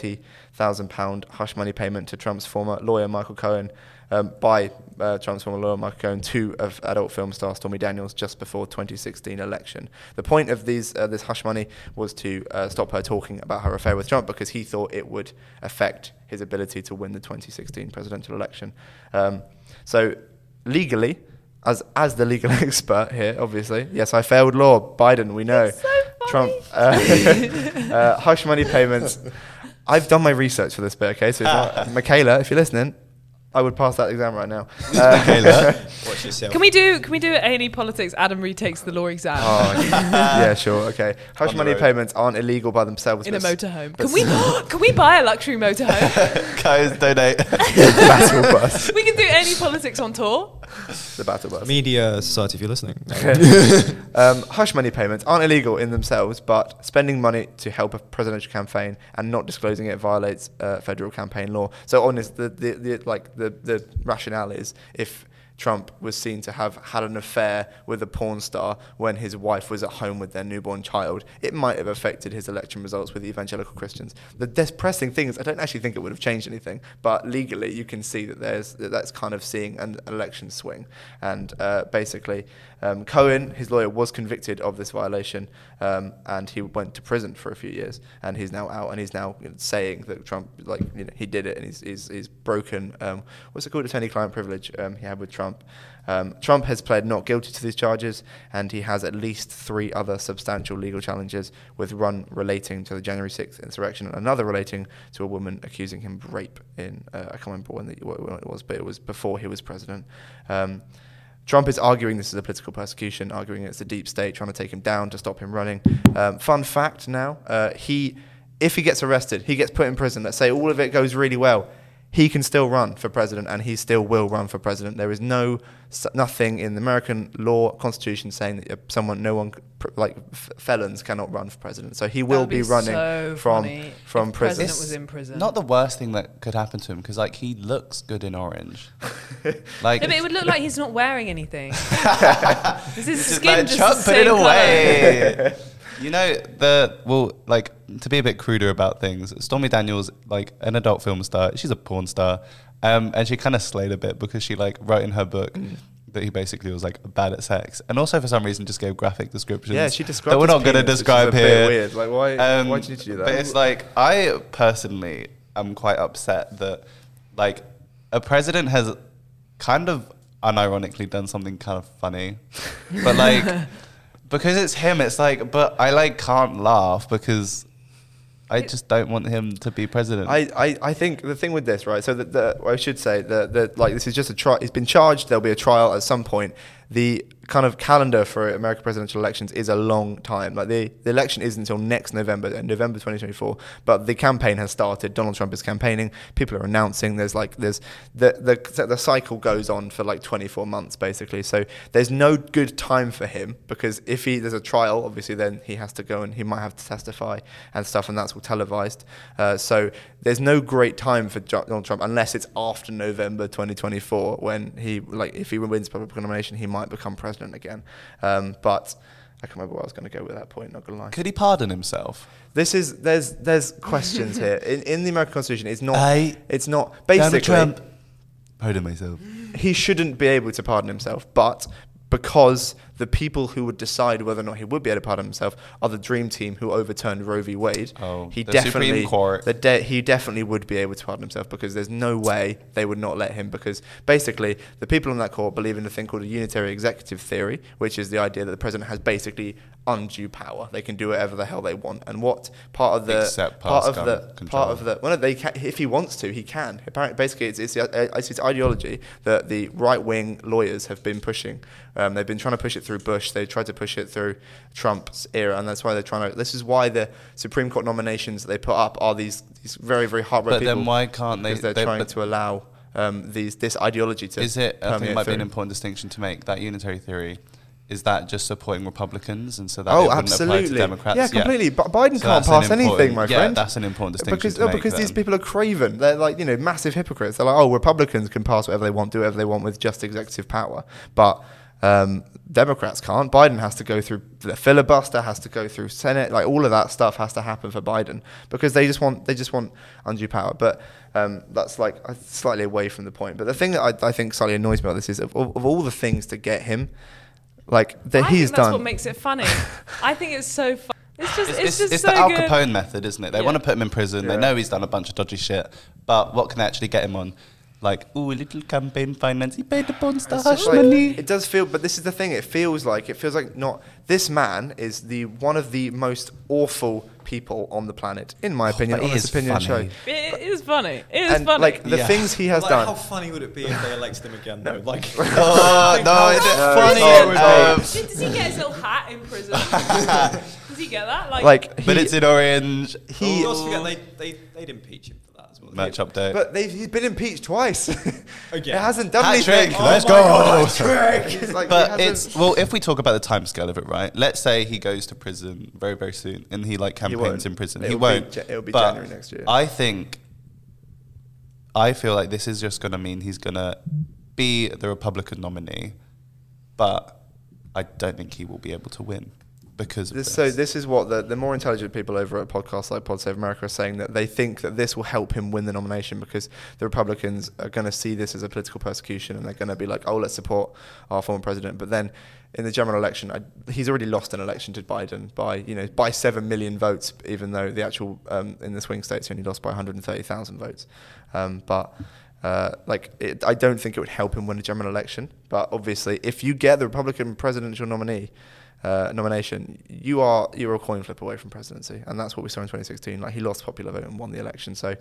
Speaker 11: 130,000 pound hush money payment to Trump's former lawyer Michael Cohen. Um, by uh, Trump's former lawyer Michael Cohen to of adult film star Stormy Daniels just before 2016 election. The point of these uh, this hush money was to uh, stop her talking about her affair with Trump because he thought it would affect his ability to win the 2016 presidential election. Um, so legally, as as the legal <laughs> expert here, obviously, yes, I failed law. Biden, we know. Trump uh, <laughs> hush money payments. I've done my research for this bit, okay? So, it's not, <laughs> Michaela, if you're listening, I would pass that exam right now.
Speaker 13: Michaela,
Speaker 11: <laughs>
Speaker 13: watch yourself.
Speaker 12: Can we do can we do any politics? Adam retakes the law exam.
Speaker 11: Oh, okay. <laughs> yeah, sure. Okay. Hush
Speaker 12: the
Speaker 11: money
Speaker 12: road.
Speaker 11: payments aren't illegal by themselves.
Speaker 12: in a
Speaker 11: but s-
Speaker 12: motorhome.
Speaker 11: but
Speaker 12: Can
Speaker 7: <laughs>
Speaker 12: we <gasps> can we buy a luxury motorhome?
Speaker 7: Guys, donate.
Speaker 11: battle bus.
Speaker 12: we can do any politics on tour.
Speaker 11: The battle
Speaker 13: <laughs>
Speaker 11: bus.
Speaker 13: Media Society, if you're listening.
Speaker 11: um, hush money payments aren't illegal in themselves, but spending money to help a presidential campaign and not disclosing it violates uh, federal campaign law. So, honest, the, the, the like the, the rationale is if Trump was seen to have had an affair with a porn star when his wife was at home with their newborn child, it might have affected his election results with evangelical Christians. The depressing thing is, I don't actually think it would have changed anything, but legally you can see that there's that that's kind of seeing an election swing. And uh, basically, um, Cohen, his lawyer, was convicted of this violation, um, and he went to prison for a few years. And he's now out, and he's now you know, saying that Trump, like you know, he did it, and he's he's, he's broken. Um, what's it called? Attorney-client privilege um, he had with Trump. Um, Trump has pled not guilty to these charges, and he has at least three other substantial legal challenges, with one relating to the January 6th insurrection and another relating to a woman accusing him of rape in uh, I can't remember when, the, what, when it was, but it was before he was president. Um, Trump is arguing this is a political persecution, arguing it's the deep state trying to take him down to stop him running. Um, fun fact now, uh, he, if he gets arrested, he gets put in prison. Let's say all of it goes really well, he can still run for president, and he still will run for president. There is no s- nothing in the American law constitution saying that uh, someone, no one, c- pr- like f- felons cannot run for president. So he will
Speaker 12: would
Speaker 11: be,
Speaker 12: be
Speaker 11: running
Speaker 12: so
Speaker 11: from
Speaker 12: funny
Speaker 11: from
Speaker 12: if
Speaker 11: prison.
Speaker 12: president was in prison.
Speaker 7: Not the worst thing that could happen to him because like he looks good
Speaker 11: <laughs>
Speaker 7: in orange. like
Speaker 12: No, but
Speaker 7: <laughs>
Speaker 12: it would look like he's not wearing anything. this is
Speaker 7: Just
Speaker 12: skin
Speaker 7: like,
Speaker 12: just
Speaker 7: Trump
Speaker 12: the
Speaker 7: put
Speaker 12: same
Speaker 7: it
Speaker 12: colour.
Speaker 7: away. you know the well, like to be a bit cruder about things. Stormy Daniels, like an adult film star, she's a porn star, um, and she kind of slayed a bit because she like wrote in her book.
Speaker 11: Mm.
Speaker 7: That he basically was like bad at sex, and also for some reason just gave graphic descriptions.
Speaker 11: Yeah, she described
Speaker 7: that we're
Speaker 11: his
Speaker 7: not going to
Speaker 11: penis, which is a
Speaker 7: describe
Speaker 11: bit
Speaker 7: here. Um,
Speaker 11: weird. Like, why- why do you need to do that?
Speaker 7: But it's like I personally am quite upset that like a president has kind of unironically done something kind of funny, but like
Speaker 11: <laughs>
Speaker 7: because it's him, it's like but I like can't laugh because I just don't want him to be president.
Speaker 11: I, I, I think the thing with this, right? So that the, I should say that that like this is just a trial. He's been charged. There'll be a trial at some point. The kind of calendar for American presidential elections is a long time. Like the, the election is until next November, uh, November 2024. But the campaign has started. Donald Trump is campaigning. People are announcing. There's like there's the the the cycle goes on for like 24 months basically. So there's no good time for him because if he there's a trial, obviously then he has to go and he might have to testify and stuff, and that's all televised. Uh, so there's no great time for Ju- Donald Trump unless it's after November 2024 when he like if he wins Republican nomination, he might become president again. Um, but I can't remember where I was going to go with that point. Not gonna lie.
Speaker 7: Could he pardon himself?
Speaker 11: This is there's there's
Speaker 7: <laughs>
Speaker 11: questions here in, in the American Constitution. It's not
Speaker 7: I-
Speaker 11: it's not
Speaker 7: Donald
Speaker 11: basically
Speaker 7: Trump, pardon myself.
Speaker 11: he shouldn't be able to pardon himself, but because the people who would decide whether or not he would be able to pardon himself are the dream team who overturned Roe v. Wade.
Speaker 7: Oh,
Speaker 11: he
Speaker 7: the Supreme
Speaker 11: definitely,
Speaker 7: Court.
Speaker 11: the de- he definitely would be able to pardon himself because there's no way they would not let him because basically the people on that court believe in a thing called a unitary executive theory, which is the idea that the president has basically undue power. They can do whatever the hell they want. And what part of the
Speaker 7: Except
Speaker 11: part
Speaker 7: pass
Speaker 11: of
Speaker 7: gun
Speaker 11: the
Speaker 7: control.
Speaker 11: part of the well, no, they can, if he wants to, he can. Apparently, basically, it's it's, the- it's, it's ideology that the right wing lawyers have been pushing. Um, they've been trying to push it through Bush. They tried to push it through Trump's era, and that's why they're trying to. This is why the Supreme Court nominations that they put up are these these very very hard.
Speaker 7: But then why can't they-
Speaker 11: Because they're
Speaker 7: they-
Speaker 11: trying
Speaker 7: but-
Speaker 11: to allow um, these this ideology to.
Speaker 7: Is it? I think
Speaker 11: permeate
Speaker 7: it might be an
Speaker 11: through.
Speaker 7: important distinction to make. That unitary theory is that just supporting Republicans and so that
Speaker 11: Oh,
Speaker 7: it wouldn't apply to
Speaker 11: absolutely.
Speaker 7: Democrats?
Speaker 11: Yeah, completely. B- Biden can't
Speaker 7: So that's an
Speaker 11: pass anything, my
Speaker 7: important- yeah,
Speaker 11: friend.
Speaker 7: that's an important distinction
Speaker 11: Because,
Speaker 7: to
Speaker 11: oh,
Speaker 7: make
Speaker 11: because these
Speaker 7: then.
Speaker 11: people are craven. They're like you know massive hypocrites. They're like, oh, Republicans can pass whatever they want, do whatever they want with just executive power, but um, Democrats can't. Biden has to go through the filibuster, has to go through Senate, like all of that stuff has to happen for Biden because they just want they just want undue power. But um, that's like uh, slightly away from the point. But the thing that I, I think slightly annoys me about this is of, of all the things to get him. Like that
Speaker 12: I
Speaker 11: he's
Speaker 12: think that's
Speaker 11: done.
Speaker 12: what makes it <laughs> funny. I think it's so fun. It's just,
Speaker 7: It's,
Speaker 12: it's,
Speaker 7: it's,
Speaker 12: just
Speaker 7: it's
Speaker 12: so
Speaker 7: the Al
Speaker 12: good.
Speaker 7: Capone method, isn't it? They
Speaker 12: Yeah.
Speaker 7: want to put him in prison.
Speaker 11: Yeah.
Speaker 7: They know he's done a bunch of dodgy shit, but what can they actually get him on? Like, ooh, a little campaign finance. He paid the
Speaker 11: It's
Speaker 7: Bonster
Speaker 11: just
Speaker 7: hush
Speaker 11: like- <laughs>
Speaker 7: money.
Speaker 11: it does feel, but this is the thing. It feels like it feels like not. This man is the one of the most awful people on the planet, in my opinion.
Speaker 7: but
Speaker 11: On
Speaker 7: he
Speaker 11: this
Speaker 7: is
Speaker 11: opinion
Speaker 7: funny.
Speaker 11: show,
Speaker 12: It is funny. It is
Speaker 11: and
Speaker 12: funny.
Speaker 11: like the things he has
Speaker 13: like,
Speaker 11: done.
Speaker 13: How funny would it be if they elected him again? Though, like,
Speaker 11: <laughs>
Speaker 7: Oh,
Speaker 13: Think
Speaker 7: no,
Speaker 13: how
Speaker 7: it's
Speaker 13: funny
Speaker 7: not.
Speaker 13: it would
Speaker 7: No.
Speaker 13: be.
Speaker 12: Does he get his little hat in
Speaker 7: <laughs>
Speaker 12: prison? Does he get that? Like,
Speaker 11: Like,
Speaker 7: but
Speaker 11: he-
Speaker 7: it's in orange.
Speaker 11: He-
Speaker 13: Let's forget they they they'd impeach him for that as well.
Speaker 7: Match update.
Speaker 11: But they've, he's been impeached twice. <laughs> it
Speaker 13: Again.
Speaker 11: hasn't done
Speaker 7: Hat
Speaker 11: anything. Oh
Speaker 7: trick, let's
Speaker 11: my
Speaker 7: go.
Speaker 11: God, hat trick. It's like, he
Speaker 7: but
Speaker 11: hasn't-
Speaker 7: it's well, if we talk about the timescale of it, right? Let's say he goes to prison very, very soon, and he like campaigns
Speaker 11: won't.
Speaker 7: in prison. he
Speaker 11: It'll be
Speaker 7: won't.
Speaker 11: Ja- it'll be
Speaker 7: But
Speaker 11: January next year.
Speaker 7: I think. I feel like this is just going to mean he's going to be the Republican nominee, but I don't think he will be able to win because of
Speaker 11: This,
Speaker 7: this.
Speaker 11: so this is what the, the more intelligent people over at podcasts like Pod Save America are saying that they think that this will help him win the nomination because the Republicans are going to see this as a political persecution and they're going to be like, oh, let's support our former president. But then in the general election, I, he's already lost an election to Biden by you know by seven million votes, even though the actual um, in the swing states he only lost by 130,000 votes. Um, but uh, like it, I don't think it would help him win a general election. But obviously, if you get the Republican presidential nominee uh, nomination, you are you're a coin flip away from presidency, and that's what we saw in 2016. Like he lost popular vote and won the election. So,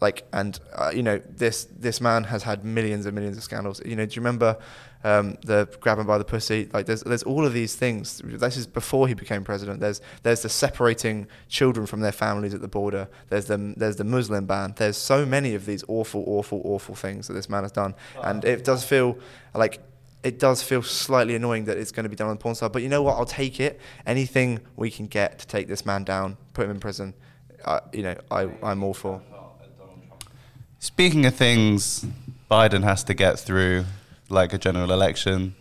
Speaker 11: like, and uh, you know this this man has had millions and millions of scandals. You know, do you remember um, the grabbing by the pussy? Like, there's there's all of these things. This is before he became president. There's there's the separating children from their families at the border. There's the there's the Muslim ban. There's so many of these awful, awful, awful things that this man has done, and it does feel like it does feel slightly annoying that it's going to be done on the porn side, but you know what? I'll take it. Anything we can get to take this man down, put him in prison, uh, you know, I, I'm all for.
Speaker 7: Speaking of things Biden has to get through, like a general election,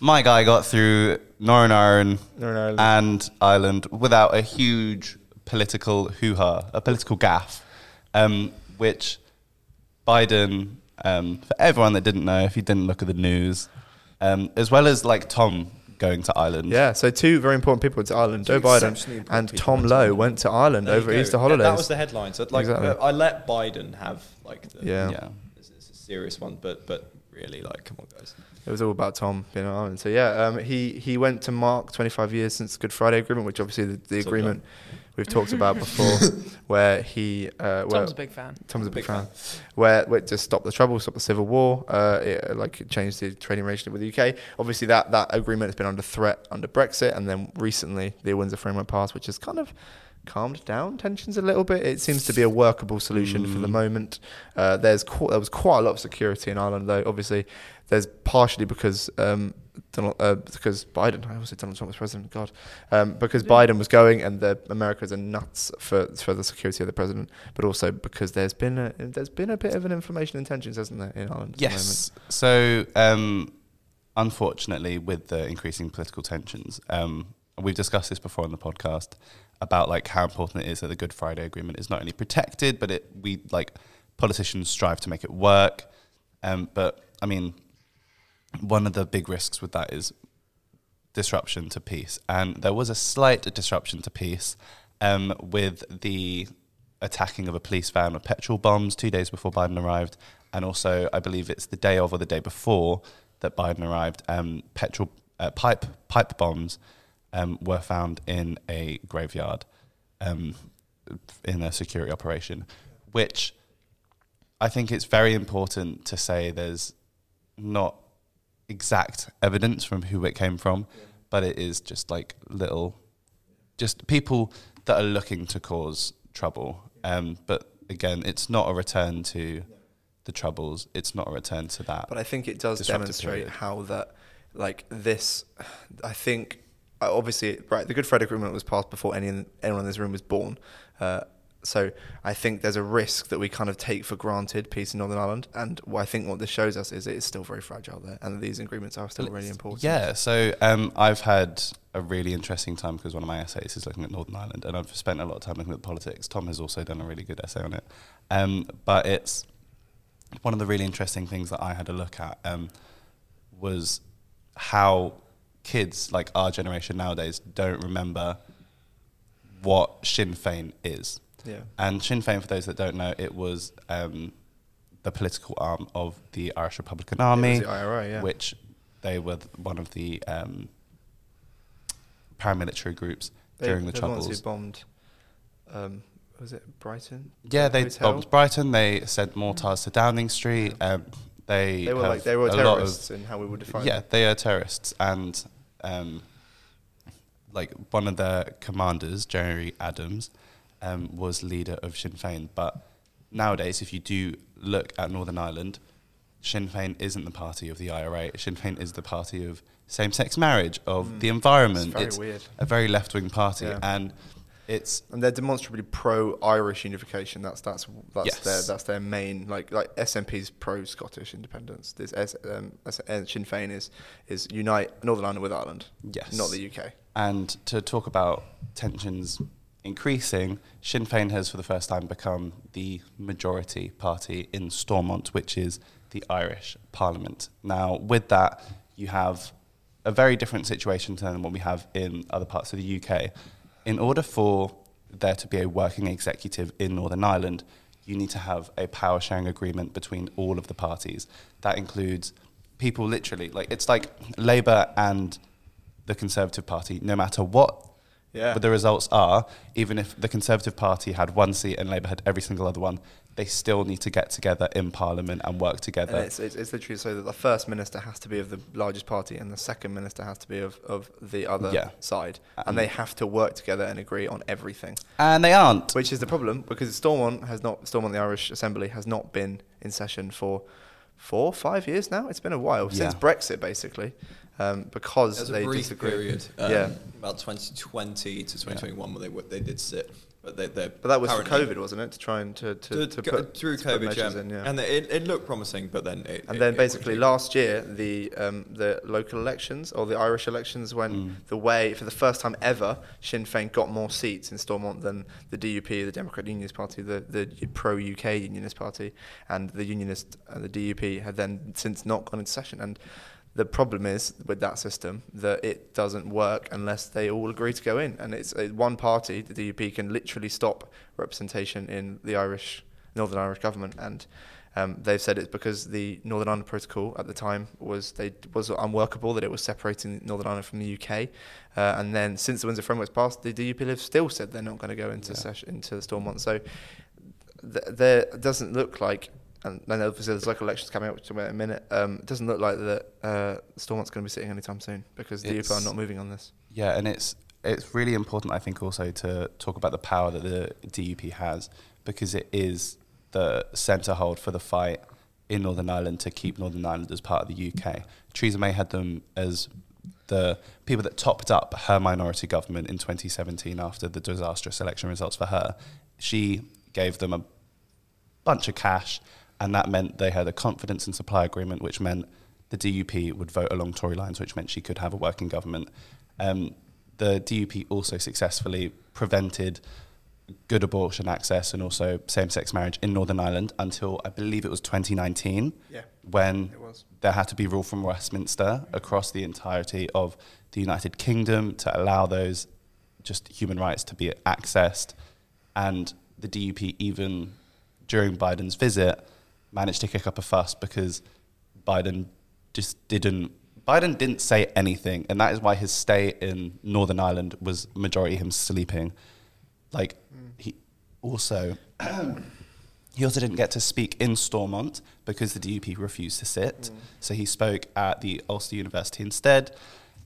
Speaker 7: my guy got through Northern Ireland,
Speaker 11: Northern Ireland.
Speaker 7: and Ireland without a huge political hoo ha, a political gaff, um, which Biden, um, for everyone that didn't know, if you didn't look at the news, um, as well as like Tom going to Ireland.
Speaker 11: Yeah, so two very important people to Ireland, Joe
Speaker 13: exceptionally
Speaker 11: Biden
Speaker 13: important
Speaker 11: and
Speaker 13: people
Speaker 11: Tom
Speaker 13: went to
Speaker 11: Lowe
Speaker 13: Ireland.
Speaker 11: went to Ireland
Speaker 13: There you
Speaker 11: over
Speaker 13: go.
Speaker 11: Easter
Speaker 13: Yeah,
Speaker 11: holidays.
Speaker 13: That was the headline. So like,
Speaker 11: Exactly.
Speaker 13: uh, I let Biden have like the
Speaker 11: Yeah.
Speaker 7: Yeah.
Speaker 13: It's, it's a serious one, but but really, like, come on, guys.
Speaker 11: It was all about Tom being on Ireland. So yeah, um, he he went to mark 25 years since Good Friday Agreement, which obviously the, the
Speaker 13: So
Speaker 11: agreement we've talked
Speaker 13: <laughs>
Speaker 11: about before, where he uh, where
Speaker 12: Tom's a big fan.
Speaker 11: Tom's a big, fan. Where, where it just stopped the trouble, stopped the civil war. Uh, it, uh, like it changed the trading relationship with the UK. Obviously, that that agreement has been under threat under Brexit, and then recently the Windsor Framework passed, which has kind of calmed down tensions a little bit. It seems to be a workable solution for the moment. Uh, there's qu- there was quite a lot of security in Ireland, though. Obviously, there's partially because. Um, Donald, uh, because Biden, I also Donald Trump was president. God, um, because Biden was going, and the Americans are nuts for for the security of the president, but also because there's been a there's been a bit of an inflammation in tensions, hasn't there, in Ireland?
Speaker 7: Yes. So, um, unfortunately, with the increasing political tensions, um, we've discussed this before on the podcast about like how important it is that the Good Friday Agreement is not only protected, but it we like politicians strive to make it work. Um, but I mean, one of the big risks with that is disruption to peace, and there was a slight disruption to peace um, with the attacking of a police van with petrol bombs two days before Biden arrived, and also I believe it's the day of or the day before that Biden arrived. Um, petrol uh, pipe pipe bombs um, were found in a graveyard um, in a security operation, which I think it's very important to say there's not exact evidence from who it came from, but it is just like little, just people that are looking to cause trouble. Um, but again, it's not a return to the troubles. It's not a return to that.
Speaker 11: But I think it does
Speaker 7: disruptive
Speaker 11: demonstrate
Speaker 7: period.
Speaker 11: how that like this. I think uh, obviously right. The Good Friday Agreement was passed before any anyone in this room was born. Uh, so I think there's a risk that we kind of take for granted peace in Northern Ireland, and what I think what this shows us is it is still very fragile there, and these agreements are still really important.
Speaker 7: Yeah, so um, I've had a really interesting time because one of my essays is looking at Northern Ireland, and I've spent a lot of time looking at politics. Tom has also done a really good essay on it, um, but it's one of the really interesting things that I had a look at um, was how kids like our generation nowadays don't remember what Sinn Fein is.
Speaker 11: Yeah.
Speaker 7: And Sinn Féin, for those that don't know, it was um, the political arm of the Irish Republican Army,
Speaker 11: the IRA, yeah.
Speaker 7: which they were th- one of the um, paramilitary groups
Speaker 11: They-
Speaker 7: during the
Speaker 11: they're ones
Speaker 7: Troubles.
Speaker 11: who bombed. Um, was it Brighton?
Speaker 7: yeah,
Speaker 11: That
Speaker 7: they
Speaker 11: hotel?
Speaker 7: bombed Brighton. They sent mortars to Downing Street. Um, they
Speaker 11: They were
Speaker 7: have
Speaker 11: like- they were
Speaker 7: a lot
Speaker 11: terrorists
Speaker 7: of,
Speaker 11: in how we would define
Speaker 7: Yeah,
Speaker 11: them.
Speaker 7: they are terrorists, and um, like one of their commanders, Jerry Adams, um, was leader of Sinn Féin. But nowadays, if you do look at Northern Ireland, Sinn Féin isn't the party of the IRA. Sinn Féin is the party of same-sex marriage, of
Speaker 11: Mm.
Speaker 7: the environment.
Speaker 11: It's very weird.
Speaker 7: a very left-wing party, and it's
Speaker 11: and they're demonstrably pro Irish unification. That's that's that's
Speaker 7: Yes.
Speaker 11: their that's their main like like SNP's pro Scottish independence. This S, um, S, uh, Sinn Féin is is unite Northern Ireland with Ireland.
Speaker 7: Yes.
Speaker 11: not the UK.
Speaker 7: And to talk about tensions increasing, Sinn Féin has for the first time become the majority party in Stormont, which is the Irish Parliament. Now, with that, you have a very different situation than what we have in other parts of the UK. In order for there to be a working executive in Northern Ireland, you need to have a power sharing agreement between all of the parties. That includes people literally, like, it's like Labour and the Conservative Party, no matter what
Speaker 11: Yeah.
Speaker 7: the results are, even if the Conservative Party had one seat and Labour had every single other one, they still need to get together in Parliament and work
Speaker 11: And
Speaker 7: together.
Speaker 11: it's, it's, it's literally so that the first minister has to be of the largest party and the second minister has to be of, of the other
Speaker 7: Yeah.
Speaker 11: side.
Speaker 7: Um,
Speaker 11: And they have to work together and agree on everything.
Speaker 7: And they aren't.
Speaker 11: Which is the problem because Stormont has not Stormont the Irish Assembly has not been in session for four, five years now. It's been a while since
Speaker 7: Yeah.
Speaker 11: Brexit basically. Um, because
Speaker 13: There was
Speaker 11: they
Speaker 13: a brief
Speaker 11: disagree.
Speaker 13: period, um,
Speaker 11: yeah.
Speaker 13: about 2020 to 2021, where they w- they did sit, but they they
Speaker 11: But that was for COVID, wasn't it? To try and to, to, to, put,
Speaker 13: through
Speaker 11: to put
Speaker 13: COVID,
Speaker 11: measures
Speaker 13: yeah.
Speaker 11: in, yeah.
Speaker 13: and it, it looked promising, but then it,
Speaker 11: And
Speaker 13: it-
Speaker 11: then
Speaker 13: it
Speaker 11: basically
Speaker 13: quickly-
Speaker 11: last year, the um, the local elections or the Irish elections went
Speaker 13: Mm.
Speaker 11: the way for the first time ever. Sinn Féin got more seats in Stormont than the DUP, the Democrat Unionist Party, the the pro UK Unionist Party, and the Unionist uh, the DUP had then since not gone into session. And the problem is with that system that it doesn't work unless they all agree to go in. And it's uh, one party, the DUP, can literally stop representation in the Irish Northern Irish government and. Um, they've said it's because the Northern Ireland Protocol at the time was they was unworkable that it was separating Northern Ireland from the UK, uh, and then since the Windsor Framework's passed, the DUP have still said they're not going to go into session into Stormont. So th- there doesn't look like, and then obviously there's local elections coming up which we'll in a minute. Um, it doesn't look like that uh, Stormont's going to be sitting anytime soon because the DUP
Speaker 7: It's-
Speaker 11: are not moving on this.
Speaker 7: Yeah, and it's it's really important, I think, also to talk about the power that the DUP has because it is the centre hold for the fight in Northern Ireland to keep Northern Ireland as part of the UK. Theresa May had them as the people that topped up her minority government in 2017 after the disastrous election results for her. She gave them a bunch of cash, and that meant they had a confidence and supply agreement, which meant the DUP would vote along Tory lines, which meant she could have a working government. Um, the DUP also successfully prevented good abortion access and also same-sex marriage in Northern Ireland until I believe it was 2019,
Speaker 11: Yeah,
Speaker 7: when
Speaker 11: it was.
Speaker 7: there had to be rule from Westminster across the entirety of the United Kingdom to allow those just human rights to be accessed. And the DUP, even during Biden's visit, managed to kick up a fuss because Biden just didn't. Biden didn't say anything, and that is why his stay in Northern Ireland was majority him sleeping. Like he also <clears throat> he also didn't get to speak in Stormont because the DUP refused to sit.
Speaker 11: Mm.
Speaker 7: So he spoke at the Ulster University instead.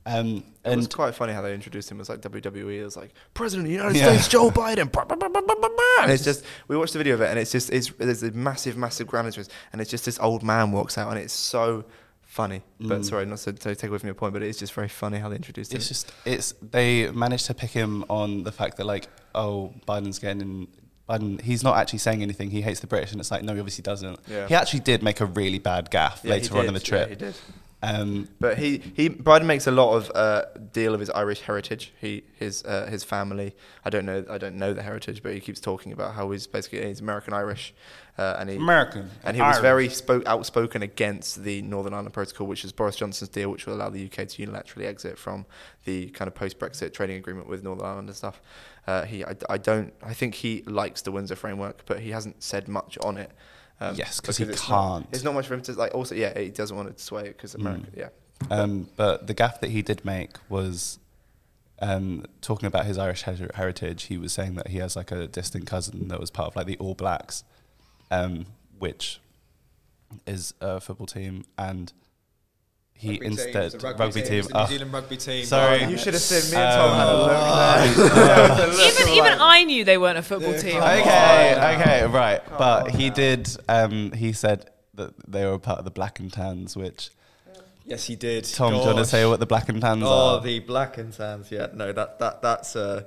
Speaker 7: Um,
Speaker 11: It was
Speaker 7: and
Speaker 11: quite funny how they introduced him as like WWE. It was like President of the United
Speaker 7: Yeah.
Speaker 11: States Joe Biden. Bah, bah, bah, bah, bah, bah. And it's just we watched the video of it, and it's just it's there's a massive, massive grand entrance, and it's just this old man walks out, and it's so funny. But
Speaker 7: Mm.
Speaker 11: sorry, not to, to take away from your point, but it is just very funny how they introduced
Speaker 7: It's
Speaker 11: him.
Speaker 7: just it's they managed to pick him on the fact that like oh Biden's getting in. Biden, he's not actually saying anything. He hates the British, and it's like no, he obviously doesn't.
Speaker 11: Yeah.
Speaker 7: He actually did make a really bad gaff
Speaker 11: Yeah, he
Speaker 7: later on in the
Speaker 11: did. Yeah,
Speaker 7: trip.
Speaker 11: he did.
Speaker 7: Um,
Speaker 11: But he, he Biden makes a lot of uh, deal of his Irish heritage. He his uh, his family. I don't know I don't know the heritage, but he keeps talking about how he's basically he's American Irish, uh, and he
Speaker 7: American,
Speaker 11: and he was
Speaker 7: Irish.
Speaker 11: very spoke, outspoken against the Northern Ireland Protocol, which is Boris Johnson's deal, which will allow the UK to unilaterally exit from the kind of post Brexit trading agreement with Northern Ireland and stuff. Uh, he I, I don't I think he likes the Windsor framework, but he hasn't said much on it. Um,
Speaker 7: Yes, 'cause he
Speaker 11: because it's not-
Speaker 7: can't.
Speaker 11: it's not much for him to like. Also, yeah, he doesn't want it to sway because America.
Speaker 7: Mm.
Speaker 11: Yeah.
Speaker 7: Um, but the gaff that he did make was um, talking about his Irish he- heritage. He was saying that he has like a distant cousin that was part of like the All Blacks, um, which is a football team, and he
Speaker 13: Rugby team, it's
Speaker 7: instead
Speaker 13: a rugby team, it's the New
Speaker 11: uh,
Speaker 7: Oh,
Speaker 13: Zealand rugby team.
Speaker 7: Sorry,
Speaker 13: Oh,
Speaker 11: You should have seen me and Tom had a look
Speaker 7: Um,
Speaker 11: there. There was a look
Speaker 12: Even
Speaker 11: of
Speaker 12: even
Speaker 11: like-
Speaker 12: I knew they weren't a football team.
Speaker 7: Okay, okay, right. but he did. Um, he said that they were part of the Black and Tans, which
Speaker 13: Yes, he did.
Speaker 7: Tom, do you want to
Speaker 13: Gosh.
Speaker 7: say what the Black and Tans
Speaker 13: oh,
Speaker 7: are?
Speaker 13: the black and tans. Yeah, no, that that that's a,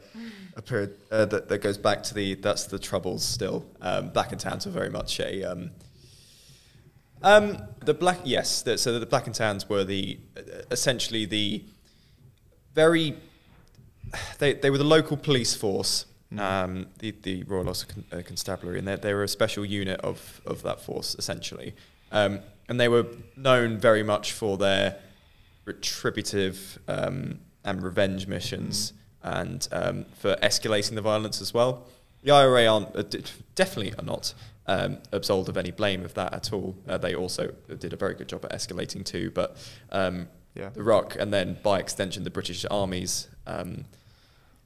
Speaker 13: a period uh, that that goes back to the that's the troubles still. Um, black and tans were very much a. Um, um, the black yes, the, so the black and tans were the essentially the very they, they were the local police force, um, the, the Royal Ulster Con- uh, Constabulary, and they, they were a special unit of, of that force, essentially. Um, and they were known very much for their retributive um, and revenge missions and um, for escalating the violence as well. The IRA aren't, uh, d- definitely are not um, absolved of any blame of that at all. Uh, they also did a very good job at escalating too, but um,
Speaker 11: Yeah.
Speaker 13: the ROC and then by extension the British Army's um,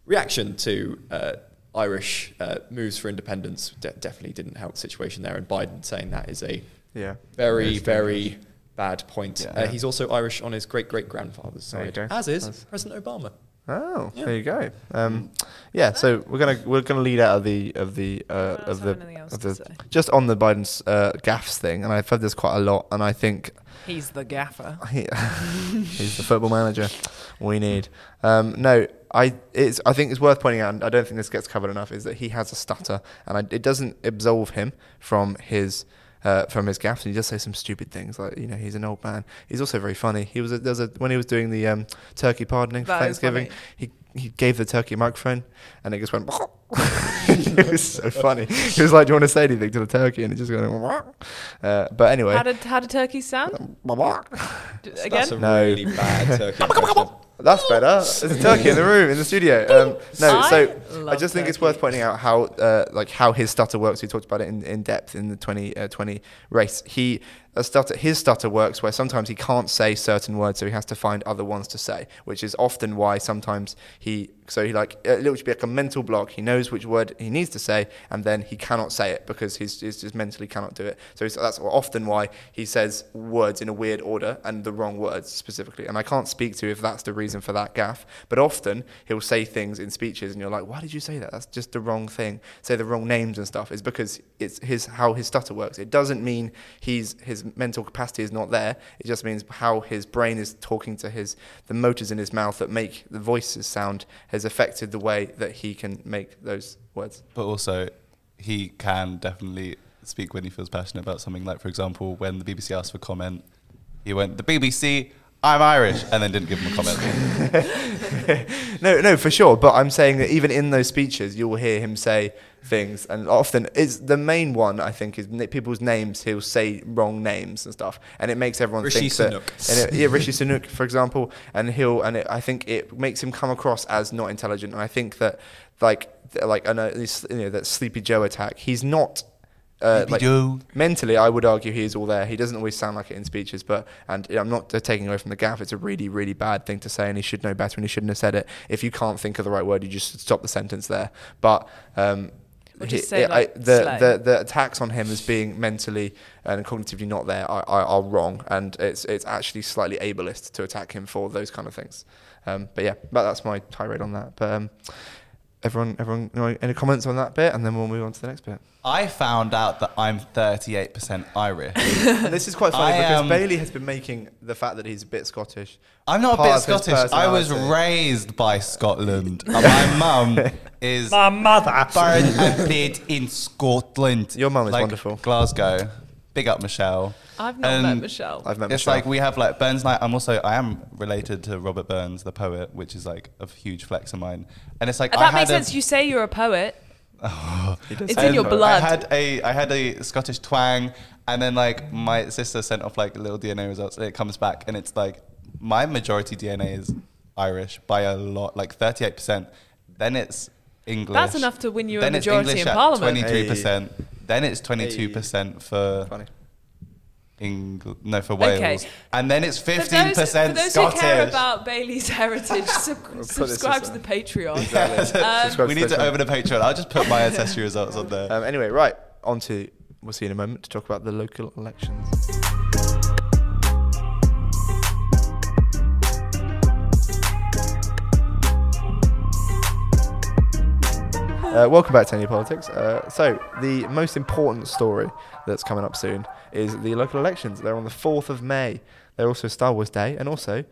Speaker 13: reaction to uh, Irish uh, moves for independence de- definitely didn't help the situation there. And Biden saying that is a
Speaker 11: Yeah.
Speaker 13: very,
Speaker 11: It's
Speaker 13: very bad point.
Speaker 11: Yeah.
Speaker 13: Uh, he's also Irish on his great great grandfather's
Speaker 11: There you
Speaker 13: side,
Speaker 11: go.
Speaker 13: as is
Speaker 11: Nice.
Speaker 13: President Obama.
Speaker 11: Oh,
Speaker 13: Yeah.
Speaker 11: there you go. Um, yeah, so we're gonna we're gonna lead out of the of the uh, of the,
Speaker 12: anything else
Speaker 11: of
Speaker 12: to
Speaker 11: the
Speaker 12: say.
Speaker 11: just on the Biden's uh, gaffes thing, and I've heard this quite a lot, and I think
Speaker 12: He's the gaffer.
Speaker 11: he- <laughs> he's the football manager
Speaker 12: Hmm.
Speaker 11: we need. Um, no, I it's I think it's worth pointing out, and I don't think this gets covered enough, is that he has a stutter, and I, it doesn't absolve him from his. Uh, from his gaffes, and he does say some stupid things like, you know, he's an old man. He's also very funny. He was a, there was a, when he was doing the um, turkey pardoning for
Speaker 12: That is
Speaker 11: Thanksgiving.
Speaker 12: funny.
Speaker 11: He he gave the turkey a microphone, and it just
Speaker 12: <laughs>
Speaker 11: went. <laughs> it was so funny. He was like, "Do you want to say anything to the turkey?" And it just went. <laughs> Uh, but anyway, <laughs> Um,
Speaker 12: How did how did turkeys sound? D-
Speaker 13: That's a
Speaker 12: Again?
Speaker 11: No.
Speaker 13: really
Speaker 11: <laughs>
Speaker 13: bad turkey. impression.
Speaker 11: That's better. There's a turkey in the room, in the studio. Um, no,
Speaker 12: I
Speaker 11: so I
Speaker 12: love
Speaker 11: just think it's worth pointing out how, uh, like, how his stutter works. We talked about it in, in depth in the 2020 race. He a stutter, his stutter works where sometimes he can't say certain words, so he has to find other ones to say, which is often why sometimes he. So he like it would be like a mental block. He knows which word he needs to say, and then he cannot say it because he's, he's just mentally cannot do it. So it's, that's often why he says words in a weird order and the wrong words specifically. And I can't speak to if that's the reason for that gaff. But often he'll say things in speeches, and you're like, "Why did you say that? That's just the wrong thing." Say the wrong names and stuff. Is because it's his how his stutter works. It doesn't mean he's his mental capacity is not there. It just means how his brain is talking to his the motors in his mouth that make the voices sound has affected the way that he can make those words.
Speaker 7: but also he can definitely speak when he feels passionate about something. Like for example, when the BBC asked for comment, he went, "The BBC, I'm Irish," and then didn't give him a comment.
Speaker 11: <laughs> no, no, for sure. But I'm saying that even in those speeches, you will hear him say things, and often it's the main one. I think is n- people's names. He'll say wrong names and stuff, and it makes everyone
Speaker 13: Rishi
Speaker 11: think
Speaker 13: Sunak.
Speaker 11: that. And it, yeah, Rishi Sunuk, for example, and he'll and it, I think it makes him come across as not intelligent. And I think that like th- like I know, this, you know that Sleepy Joe attack. He's not. Uh,
Speaker 7: Sleepy
Speaker 11: like
Speaker 7: Joe.
Speaker 11: mentally, I would argue he is all there. He doesn't always sound like it in speeches, but and I'm not uh, taking away from the gaff. It's a really, really bad thing to say, and he should know better, and he shouldn't have said it. If you can't think of the right word, you just stop the sentence there. But um,
Speaker 12: Or just
Speaker 11: he-
Speaker 12: say, like,
Speaker 11: the,
Speaker 12: slay.
Speaker 11: the the attacks on him as being mentally and cognitively not there are, are, are wrong, and it's it's actually slightly ableist to attack him for those kind of things. Um, but yeah, but that's my tirade on that. But um, Everyone, everyone, you know, any comments on that bit, and then we'll move on to the next bit.
Speaker 7: I found out that I'm 38% Irish.
Speaker 11: And this is quite funny
Speaker 7: I
Speaker 11: because
Speaker 7: am-
Speaker 11: Bailey has been making the fact that he's a bit Scottish.
Speaker 7: I'm not a
Speaker 11: part
Speaker 7: bit
Speaker 11: of his
Speaker 7: Scottish. I was
Speaker 11: personality.
Speaker 7: raised by Scotland.
Speaker 11: <laughs>
Speaker 7: And my mum is.
Speaker 11: My mother.
Speaker 7: Born and played in Scotland. Your mum
Speaker 11: is
Speaker 7: wonderful. Glasgow. Big up, Michelle. Um,
Speaker 12: I've not met Michelle. I've
Speaker 11: met
Speaker 7: it's
Speaker 11: Michelle.
Speaker 7: like we have like Burns night. I'm also I am related to Robert Burns, the poet, which is like a huge flex of mine. And it's like I
Speaker 12: that
Speaker 7: had
Speaker 12: makes
Speaker 7: a-
Speaker 12: sense. You say you're a poet. It's
Speaker 7: and
Speaker 12: in your
Speaker 7: I
Speaker 12: blood.
Speaker 7: had a I had a Scottish twang, and then like my sister sent off like little DNA results, and it comes back, and it's like my majority DNA is Irish by a lot, like thirty eight percent. Then it's English.
Speaker 12: That's enough to win you a
Speaker 7: then it's
Speaker 12: majority
Speaker 7: English
Speaker 12: in Parliament.
Speaker 7: Twenty three percent. Then it's twenty two percent for.
Speaker 11: Funny.
Speaker 7: Engl- no, for
Speaker 12: Okay.
Speaker 7: Wales, and then it's
Speaker 12: For those-
Speaker 7: fifteen
Speaker 12: For
Speaker 7: percent
Speaker 12: those
Speaker 7: Scottish.
Speaker 12: who care <laughs> about Bailey's heritage, sub- subscribe to the Patreon. Um,
Speaker 7: we need to open a Patreon. I'll just put my ancestry results
Speaker 12: <laughs>
Speaker 7: on there.
Speaker 11: Um, anyway, right on to we'll see you in a moment to talk about the local elections. Uh, welcome back to Any Politics. Uh, so, the most important story that's coming up soon is the local elections. They're on the 4th of May. They're also Star Wars Day, and also